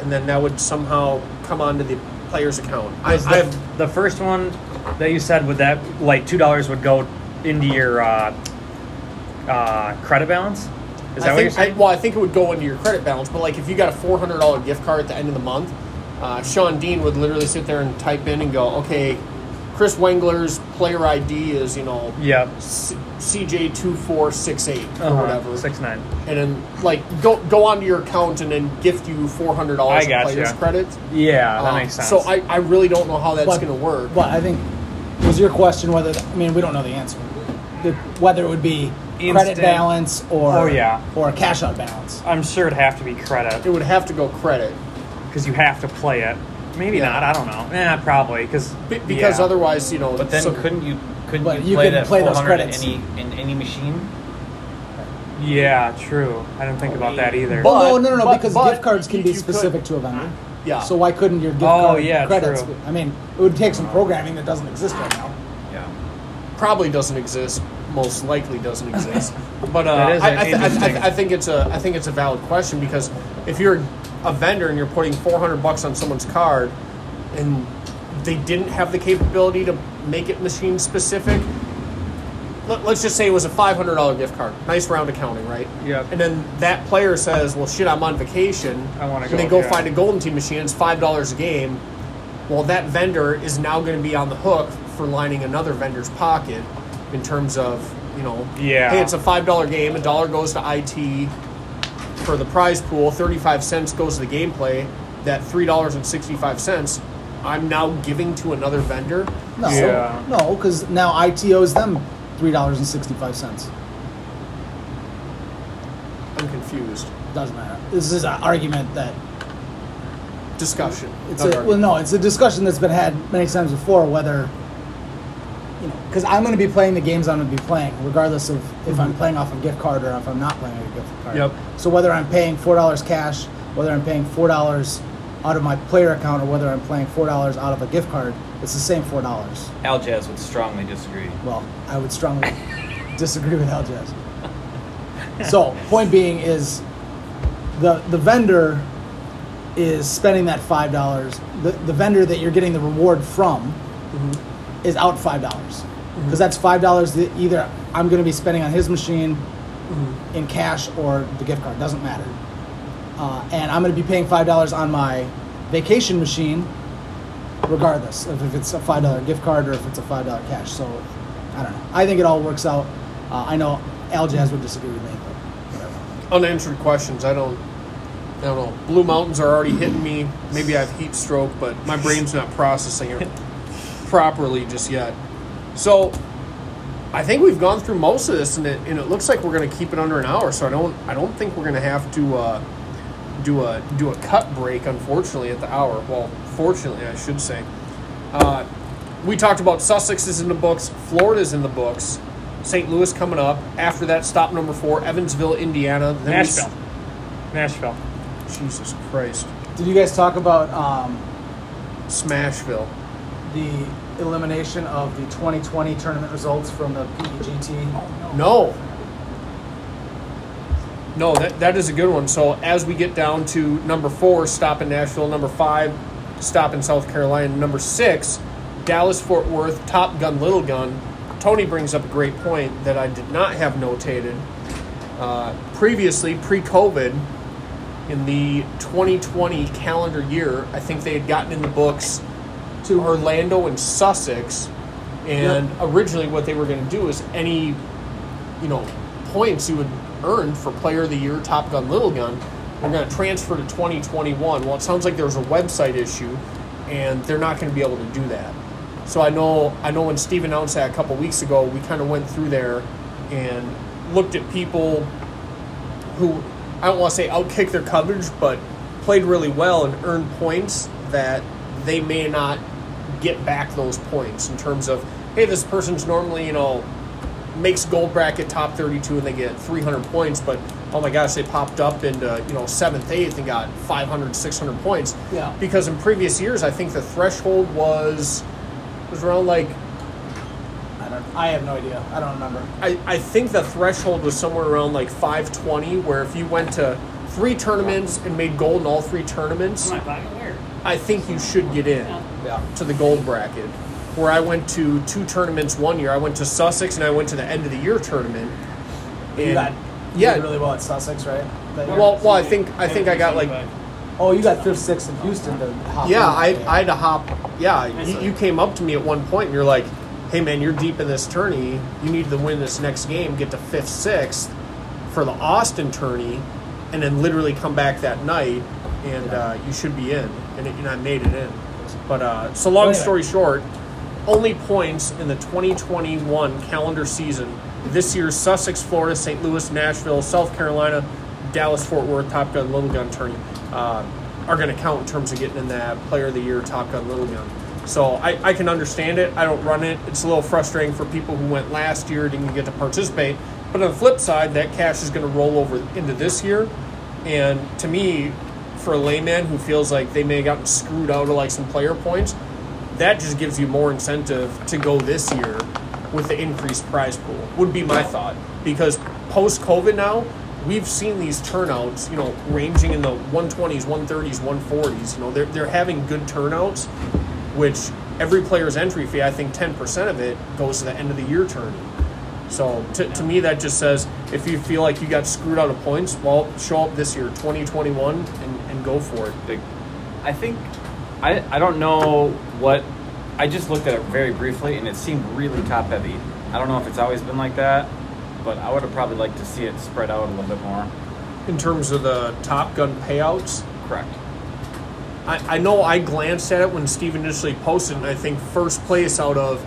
Speaker 1: and then that would somehow come onto the player's account. I,
Speaker 3: Was
Speaker 1: I've,
Speaker 3: the, the first one that you said would that like two dollars would go into your uh, uh, credit balance? Is that
Speaker 1: I
Speaker 3: what you're
Speaker 1: think, I,
Speaker 3: saying?
Speaker 1: well, I think it would go into your credit balance, but like if you got a four hundred dollar gift card at the end of the month, uh, Sean Dean would literally sit there and type in and go, okay, Chris Wengler's player ID is you know
Speaker 3: yep.
Speaker 1: CJ two four six eight or
Speaker 3: Uh-huh.
Speaker 1: Oh, whatever,
Speaker 3: Six nine.
Speaker 1: and then like go go onto your account and then gift you four hundred dollars
Speaker 3: I gotcha.
Speaker 1: players credits.
Speaker 3: Yeah, that
Speaker 1: Um,
Speaker 3: makes sense.
Speaker 1: So I, I really don't know how that's
Speaker 2: But-
Speaker 1: going to work.
Speaker 2: But I think was your question whether I mean we don't know the answer, The- whether it would be
Speaker 3: Instant.
Speaker 2: credit balance or
Speaker 3: Oh, yeah.
Speaker 2: or cash out balance.
Speaker 3: I'm sure it'd have to be credit.
Speaker 1: it would have to go credit
Speaker 3: because you have to play it. Maybe
Speaker 1: Yeah.
Speaker 3: not. I don't know. Nah, probably because
Speaker 1: Be- because
Speaker 3: yeah.
Speaker 1: otherwise, you know.
Speaker 5: But then
Speaker 1: so-
Speaker 5: couldn't you couldn't
Speaker 2: But
Speaker 5: you,
Speaker 2: you
Speaker 5: play
Speaker 2: could
Speaker 5: that
Speaker 2: play those
Speaker 5: 400
Speaker 2: credits.
Speaker 5: in any in any machine?
Speaker 3: Yeah, true. I didn't think about that either.
Speaker 2: Well, Oh, no, no, no,
Speaker 3: Oh, but-
Speaker 2: because
Speaker 3: but
Speaker 2: gift cards can
Speaker 3: you-
Speaker 2: be
Speaker 3: you could-
Speaker 2: specific to a vendor.
Speaker 1: yeah.
Speaker 2: So why couldn't your gift
Speaker 3: Oh,
Speaker 2: card
Speaker 3: yeah,
Speaker 2: credits?
Speaker 3: true.
Speaker 2: I mean, it would take some programming that doesn't exist right now.
Speaker 5: Yeah.
Speaker 1: probably doesn't exist. Most likely
Speaker 3: [laughs]
Speaker 1: doesn't exist. But uh,
Speaker 3: That is
Speaker 1: I, I, th- I, th- I,
Speaker 3: interesting.
Speaker 1: th- I think it's a I think it's a valid question because if you're a vendor and you're putting 400 bucks on someone's card and they didn't have the capability to make it machine specific. Let, let's just say it was a $500 gift card. Nice round accounting, right?
Speaker 3: Yep.
Speaker 1: And then that player says, "Well, shit, I'm on vacation."
Speaker 3: I wanna
Speaker 1: And
Speaker 3: go,
Speaker 1: they go
Speaker 3: yeah.
Speaker 1: find a Golden Tee machine. It's five dollars a game. Well, that vendor is now going to be on the hook for lining another vendor's pocket in terms of you know,
Speaker 3: Yeah.
Speaker 1: hey, it's a five dollar game. A dollar goes to IT for the prize pool. Thirty five cents goes to the gameplay. That three dollars and sixty five cents, I'm now giving to another vendor.
Speaker 2: No,
Speaker 3: Yeah.
Speaker 2: no, because now IT owes them three dollars and sixty five cents.
Speaker 1: I'm confused.
Speaker 2: Doesn't matter. This is an argument that
Speaker 1: Discussion. Not
Speaker 2: it's a,
Speaker 1: argument.
Speaker 2: well, no, it's a discussion that's been had many times before whether you know because I'm going to be playing the games I'm going to be playing regardless of if I'm playing off a gift card or if I'm not playing a gift card.
Speaker 3: Mm-hmm. Yep.
Speaker 2: So whether I'm paying four dollars cash, whether I'm paying four dollars out of my player account, or whether I'm playing four dollars out of a gift card, it's the same four dollars.
Speaker 5: Al Jazz would strongly disagree.
Speaker 2: Well, I would strongly [laughs] disagree with Al Jazz. So, point being is the the vendor is spending that five dollars. The the vendor that you're getting the reward from is out five dollars because that's five dollars that either I'm going to be spending on his machine in cash or the gift card. Doesn't matter. Uh, and I'm going to be paying five dollars on my vacation machine regardless of if it's a five dollar gift card or if it's a five dollar cash. So I don't know. I think it all works out. Uh, I know Al Jazz would disagree with me. But whatever.
Speaker 1: unanswered questions. I don't. I don't know. Blue Mountains are already hitting me. Maybe I have heat stroke, but my brain's not processing it properly just yet. So, I think we've gone through most of this, and it, and it looks like we're going to keep it under an hour. So I don't. I don't think we're going to have to uh, do a do a cut break. Unfortunately, at the hour. Well, fortunately, I should say. Uh, we talked about Sussex is in the books, Florida's in the books, St. Louis coming up. After that, stop number four, Evansville, Indiana. Then we s-
Speaker 3: Nashville. Nashville.
Speaker 1: Jesus Christ.
Speaker 2: Did you guys talk about um,
Speaker 1: Smashville.
Speaker 2: the elimination of the 2020 tournament results from the E PEGT?
Speaker 1: No. No, that, that is a good one. So as we get down to number four, stop in Nashville. Number five, stop in South Carolina. Number six, Dallas Fort Worth, Top Gun, Little Gun. Tony brings up a great point that I did not have notated. Uh, previously, pre COVID, in the 2020 calendar year, I think they had gotten in the books to Orlando and Sussex, And originally, what they were going to do is any, you know, points you would earn for Player of the Year, Top Gun, Little Gun, we're going to transfer to 2021. Well, it sounds like there's a website issue, and they're not going to be able to do that. So I know, I know when Steve announced that a couple weeks ago, we kind of went through there and looked at people who I don't want to say outkicked their coverage, but played really well and earned points that they may not get back those points in terms of, hey, this person's normally, you know, makes gold bracket top 32 and they get 300 points, but oh my gosh, they popped up into, you know, seventh, eighth and got 500, 600 points.
Speaker 7: Yeah.
Speaker 1: Because in previous years, I think the threshold was, was around like,
Speaker 7: I, don't, I have no idea. I don't remember.
Speaker 1: I, I think the threshold was somewhere around like 520, where if you went to three tournaments and made gold in all three tournaments,
Speaker 6: Am I buying where?
Speaker 1: I think you should get in
Speaker 7: Yeah.
Speaker 1: to the gold bracket. Where I went to two tournaments one year, I went to Sussex and I went to the end of the year tournament.
Speaker 7: You
Speaker 1: And-
Speaker 7: got
Speaker 1: yeah.
Speaker 7: you did really well at Sussex, right? That year?
Speaker 1: Well, well, I think I think I got like
Speaker 7: oh, you got fifth, sixth in Houston to hop.
Speaker 1: yeah, I,
Speaker 7: in.
Speaker 1: I had to hop. Yeah, you, you came up to me at one point and you're like, "Hey man, you're deep in this tourney. You need to win this next game, get to fifth, sixth for the Austin tourney, and then literally come back that night, and uh, you should be in." And, it, and I made it in. But uh, so long
Speaker 7: Anyway.
Speaker 1: story short, only points in the 2021 calendar season this year's Sussex, Florida, St. Louis, Nashville, South Carolina, Dallas, Fort Worth, Top Gun, Little Gun tourney uh, are going to count in terms of getting in that Player of the Year, Top Gun, Little Gun. So I, I can understand it. I don't run it. It's a little frustrating for people who went last year didn't get to participate. But on the flip side, that cash is going to roll over into this year. And to me, for a layman who feels like they may have gotten screwed out of like some player points, that just gives you more incentive to go this year with the increased prize pool would be my thought because post covid now we've seen these turnouts you know ranging in the 120s 130s 140s you know they're, they're having good turnouts which every player's entry fee i think 10% of it goes to the end of the year tourney so to, to me that just says if you feel like you got screwed out of points well show up this year 2021 and, and go for it
Speaker 8: the, I think I, I don't know what I just looked at it very briefly and it seemed really top heavy. I don't know if it's always been like that, but I would have probably liked to see it spread out a little bit more.
Speaker 1: in terms of the top gun payouts
Speaker 8: Correct.
Speaker 1: I, I know I glanced at it when Steve initially posted, and I think first place out of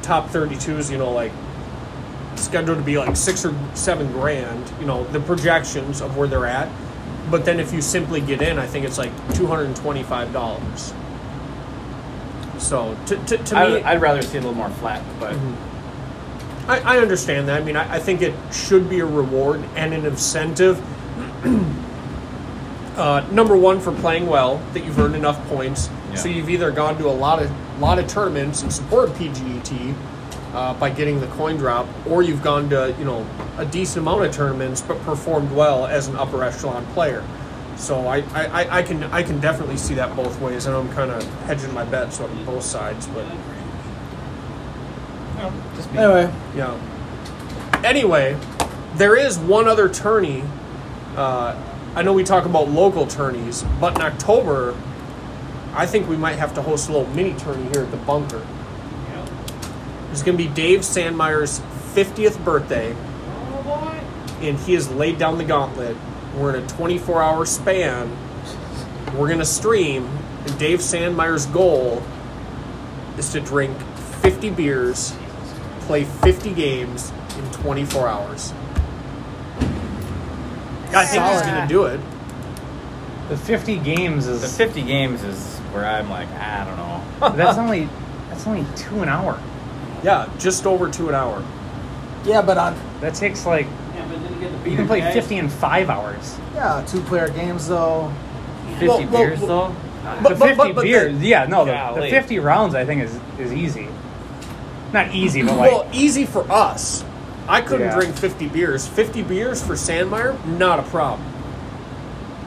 Speaker 1: top 32s, you know, like scheduled to be like six or seven grand, you know, the projections of where they're at. But then if you simply get in, I think it's like $225. So to, to, to
Speaker 8: I,
Speaker 1: me,
Speaker 8: would- I'd rather see it a little more flat, but
Speaker 1: I, I understand that. I mean, I, I think it should be a reward and an incentive. [clears throat] uh, number one for playing well, that you've earned enough points. So
Speaker 8: Yeah.
Speaker 1: you've either gone to a lot of lot of tournaments and supported PGET uh, by getting the coin drop, or you've gone to you know a decent amount of tournaments but performed well as an upper echelon player. So I, I, I- I can I can definitely see that both ways. I know I'm kind of hedging my bets on both sides, but.
Speaker 7: Anyway,
Speaker 1: Yeah. Anyway, there is one other tourney. Uh, I know we talk about local tourneys, but in October, I think we might have to host a little mini tourney here at the bunker. It's going to be Dave Sandmeyer's 50th birthday,
Speaker 6: Oh boy.
Speaker 1: and he has laid down the gauntlet. We're in a 24 hour span. We're going to stream, and Dave Sandmeyer's goal is to drink 50 beers, play 50 games in 24 hours. I think he's
Speaker 6: Solid.
Speaker 1: going to do it.
Speaker 3: The 50 games
Speaker 8: the
Speaker 3: is
Speaker 8: 50 games is where I'm like, I don't know. [laughs]
Speaker 3: that's only that's only two an hour.
Speaker 1: Yeah, just over two an hour.
Speaker 7: yeah, but on
Speaker 3: That takes like
Speaker 6: Yeah, but then you get the eh?
Speaker 3: you can play
Speaker 6: beater
Speaker 3: 50 in five hours.
Speaker 7: yeah two player games though.
Speaker 8: 50
Speaker 1: Well, well,
Speaker 8: beers
Speaker 1: well-
Speaker 8: though?
Speaker 1: But-
Speaker 3: the
Speaker 1: but-
Speaker 3: 50
Speaker 1: but- but
Speaker 3: beers,
Speaker 1: the-
Speaker 3: yeah, no, the, the
Speaker 8: Golly.
Speaker 3: 50 rounds I think is is easy. Not easy, but like
Speaker 1: Well, easy for us. I couldn't
Speaker 3: Yeah.
Speaker 1: drink 50 beers. 50 beers for Sandmeyer, not a problem.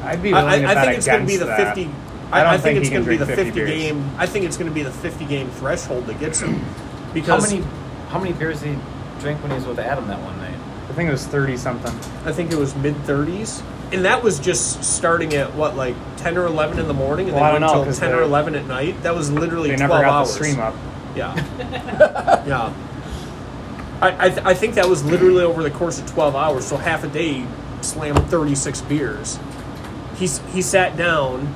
Speaker 3: I'd be willing
Speaker 1: I,
Speaker 3: to
Speaker 1: I, I
Speaker 3: bet
Speaker 1: think it's going to be
Speaker 3: against
Speaker 1: the
Speaker 3: that.
Speaker 1: fifty.
Speaker 3: I
Speaker 1: I,
Speaker 3: don't
Speaker 1: I think,
Speaker 3: think
Speaker 1: it's
Speaker 3: he can
Speaker 1: going to be the
Speaker 3: drink
Speaker 1: fifty
Speaker 3: 50 beers.
Speaker 1: game. I think it's going to be the fifty game threshold that gets him.
Speaker 8: How
Speaker 1: Because
Speaker 8: many how many beers did he drink when he was with Adam that one night?
Speaker 3: I think it was 30 something.
Speaker 1: I think it was mid thirties, and that was just starting at what like ten or eleven in the morning, and
Speaker 3: Well, I
Speaker 1: then
Speaker 3: don't
Speaker 1: went
Speaker 3: know,
Speaker 1: till
Speaker 3: 'cause
Speaker 1: ten or
Speaker 3: they-
Speaker 1: eleven at night. That was literally
Speaker 3: They never
Speaker 1: twelve
Speaker 3: got
Speaker 1: hours.
Speaker 3: the stream up.
Speaker 1: Yeah. yeah. [laughs] I, I, th- I think that was literally over the course of 12 hours, so half a day slammed 36 beers. He's, he sat down,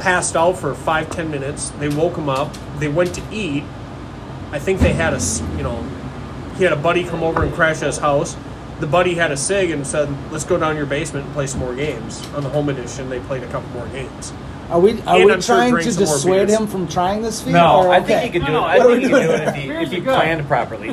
Speaker 1: passed out for five, 10 minutes. They woke him up. They went to eat. I think they had a, s- you know, he had a buddy come over and crash at his house. The buddy had a cig and said, let's go down to your basement and play some more games. On the home edition, they played a couple more games.
Speaker 2: Are we are
Speaker 1: And
Speaker 2: we
Speaker 1: I'm sure
Speaker 2: trying
Speaker 1: drink
Speaker 2: to
Speaker 1: some more
Speaker 2: dissuade
Speaker 1: beers.
Speaker 2: him from trying this feat?
Speaker 5: No,
Speaker 2: or
Speaker 5: I think
Speaker 2: okay?
Speaker 5: he could do
Speaker 6: No,
Speaker 5: it.
Speaker 6: no,
Speaker 5: I
Speaker 2: what are
Speaker 5: think
Speaker 2: we
Speaker 5: he could do
Speaker 2: doing?
Speaker 5: it if he, if
Speaker 6: Beers
Speaker 5: he
Speaker 6: are good.
Speaker 5: planned properly.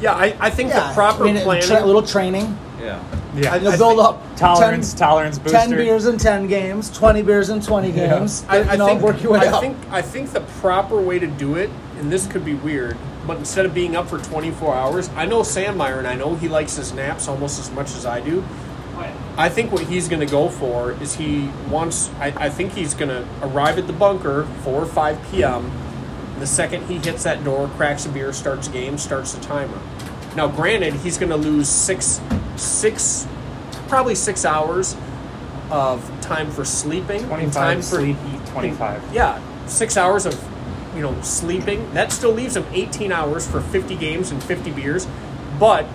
Speaker 1: Yeah, I, I think
Speaker 2: Yeah,
Speaker 1: the proper
Speaker 2: I mean,
Speaker 1: planning.
Speaker 2: tra- little training.
Speaker 5: yeah.
Speaker 1: yeah,
Speaker 2: I
Speaker 1: I
Speaker 2: know, build
Speaker 1: think-
Speaker 2: up
Speaker 3: Tolerance,
Speaker 2: 10,
Speaker 3: tolerance booster.
Speaker 2: 10 beers in 10 games, 20 beers in 20 games.
Speaker 1: I,
Speaker 2: you
Speaker 1: I
Speaker 2: know,
Speaker 1: think,
Speaker 2: work your way
Speaker 1: I
Speaker 2: up.
Speaker 1: think I think the proper way to do it, and this could be weird, but instead of being up for 24 hours, I know Sandmeyer, and I know he likes his naps almost as much as I do. I think what he's going to go for is he wants. I, I think he's going to arrive at the bunker 4 or 5 p.m. The second he hits that door, cracks a beer, starts game, starts the timer. Now, granted, he's going to lose six, six, probably six hours of time for sleeping, and
Speaker 3: 25
Speaker 1: time for
Speaker 3: sleep, eat 25.
Speaker 1: yeah, six hours of you know sleeping. That still leaves him 18 hours for 50 games and 50 beers, but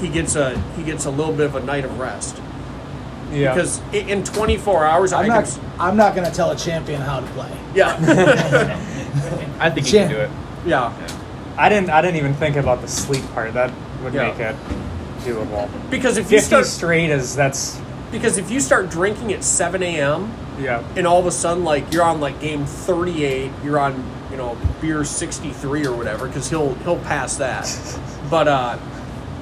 Speaker 1: he gets a he gets a little bit of a night of rest
Speaker 3: Yeah.
Speaker 1: because i- in 24 hours I
Speaker 2: I'm
Speaker 1: can,
Speaker 2: not, I'm not going to tell a champion how to play.
Speaker 1: yeah [laughs]
Speaker 5: I think he
Speaker 2: Yeah.
Speaker 5: can do it.
Speaker 1: yeah
Speaker 3: I didn't. I didn't even think about the sleep part. That would
Speaker 1: Yeah.
Speaker 3: make it doable.
Speaker 1: because if you
Speaker 3: Fifty
Speaker 1: start
Speaker 3: straight is that's
Speaker 1: because if you start drinking at 7 a.m.
Speaker 3: yeah.
Speaker 1: and all of a sudden like you're on like game 38 you're on you know beer 63 or whatever because he'll he'll pass that but uh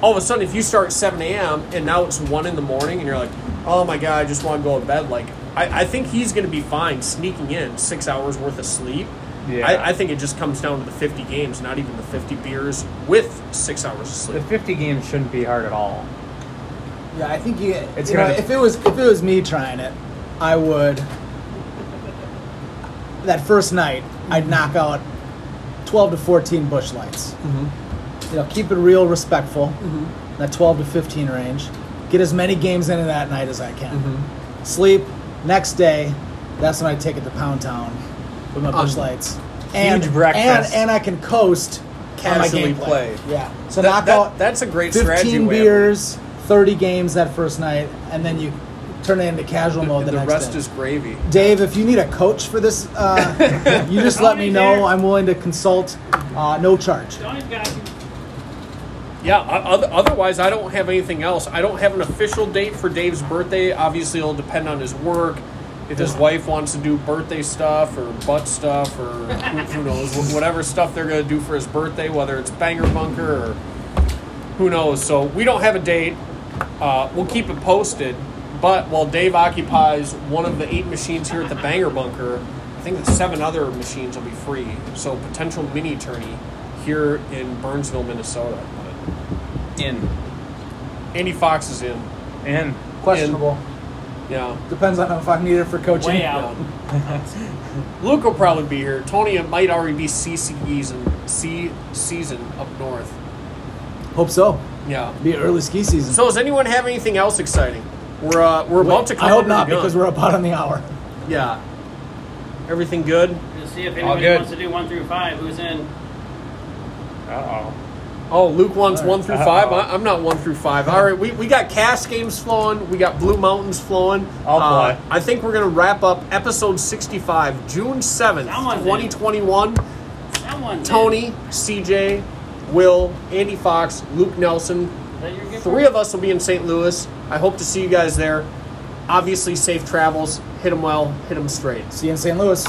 Speaker 1: all of a sudden if you start at 7 a.m and now it's 1 in the morning and you're like oh my god i just want to go to bed like i, I think he's going to be fine sneaking in six hours worth of sleep
Speaker 3: Yeah.
Speaker 1: I, I think it just comes down to the 50 games not even the 50 beers with six hours of
Speaker 3: The
Speaker 1: sleep
Speaker 3: fifty game shouldn't be hard at all.
Speaker 2: Yeah, I think you,
Speaker 3: It's
Speaker 2: you know,
Speaker 3: gonna-
Speaker 2: if it was if it was me trying it, I would that first night
Speaker 1: Mm-hmm.
Speaker 2: I'd knock out twelve to fourteen bush lights.
Speaker 1: Mm-hmm.
Speaker 2: You know, keep it real, respectful. That twelve to fifteen range. Get as many games into that night as I can.
Speaker 1: Mm-hmm.
Speaker 2: Sleep next day. That's when I take it to Pound Town with my bush lights. And,
Speaker 3: breakfast.
Speaker 2: and and I can coast on my
Speaker 1: Casually
Speaker 2: gameplay.
Speaker 1: play.
Speaker 2: Yeah. So
Speaker 1: That-
Speaker 2: knock
Speaker 1: that-
Speaker 2: out
Speaker 1: that's a great
Speaker 2: 15
Speaker 1: strategy, Whalen.
Speaker 2: beers, 30 games that first night, and then you turn it into casual mode
Speaker 1: the,
Speaker 2: the,
Speaker 1: the
Speaker 2: next
Speaker 1: rest
Speaker 2: day.
Speaker 1: is gravy
Speaker 2: Dave, if you need a coach for this,
Speaker 1: [laughs]
Speaker 2: uh, you just let me know. I'm willing to consult. Uh, no charge.
Speaker 6: Johnny's got you.
Speaker 1: Yeah. o- oth- Otherwise, I don't have anything else. I don't have an official date for Dave's birthday. Obviously, it'll depend on his work. If his wife wants to do birthday stuff or butt stuff or who, who knows wh- whatever stuff they're gonna do for his birthday, whether it's banger bunker or who knows. So we don't have a date. Uh, we'll keep it posted. But while Dave occupies one of the eight machines here at the banger bunker, I think the seven other machines will be free. So potential mini tourney here in Burnsville, Minnesota.
Speaker 5: In.
Speaker 1: Andy Fox is in.
Speaker 3: And
Speaker 2: Questionable.
Speaker 1: Yeah.
Speaker 2: Depends on if I'm needed for coaching.
Speaker 6: Way out.
Speaker 1: Luke will probably be here. Tony it might already be CCE's and C season up north.
Speaker 2: Hope so.
Speaker 1: Yeah.
Speaker 2: Be early ski season.
Speaker 1: So does anyone have anything else exciting? We're uh, we're about to come
Speaker 2: I
Speaker 1: under
Speaker 2: hope
Speaker 1: the
Speaker 2: not
Speaker 1: gun.
Speaker 2: because we're about on the hour.
Speaker 1: yeah. Everything good?
Speaker 6: Just see if anybody
Speaker 5: good.
Speaker 6: wants to do one through five. Who's in?
Speaker 3: uh oh.
Speaker 1: Oh, Luke wants one through
Speaker 3: Uh-oh.
Speaker 1: five. I, I'm not one through five. All right, we, we got Cass games flowing. We got Blue Mountains flowing. Uh,
Speaker 3: Oh, boy.
Speaker 1: I think we're gonna wrap up episode 65, June 7th,
Speaker 6: Someone's in.
Speaker 1: 2021.
Speaker 6: Someone.
Speaker 1: Tony, CJ, Will, Andy Fox, Luke Nelson, Three of us will be in St. Louis. I hope to see you guys there. Obviously, safe travels. Hit them well, hit them straight.
Speaker 2: See you in St. Louis.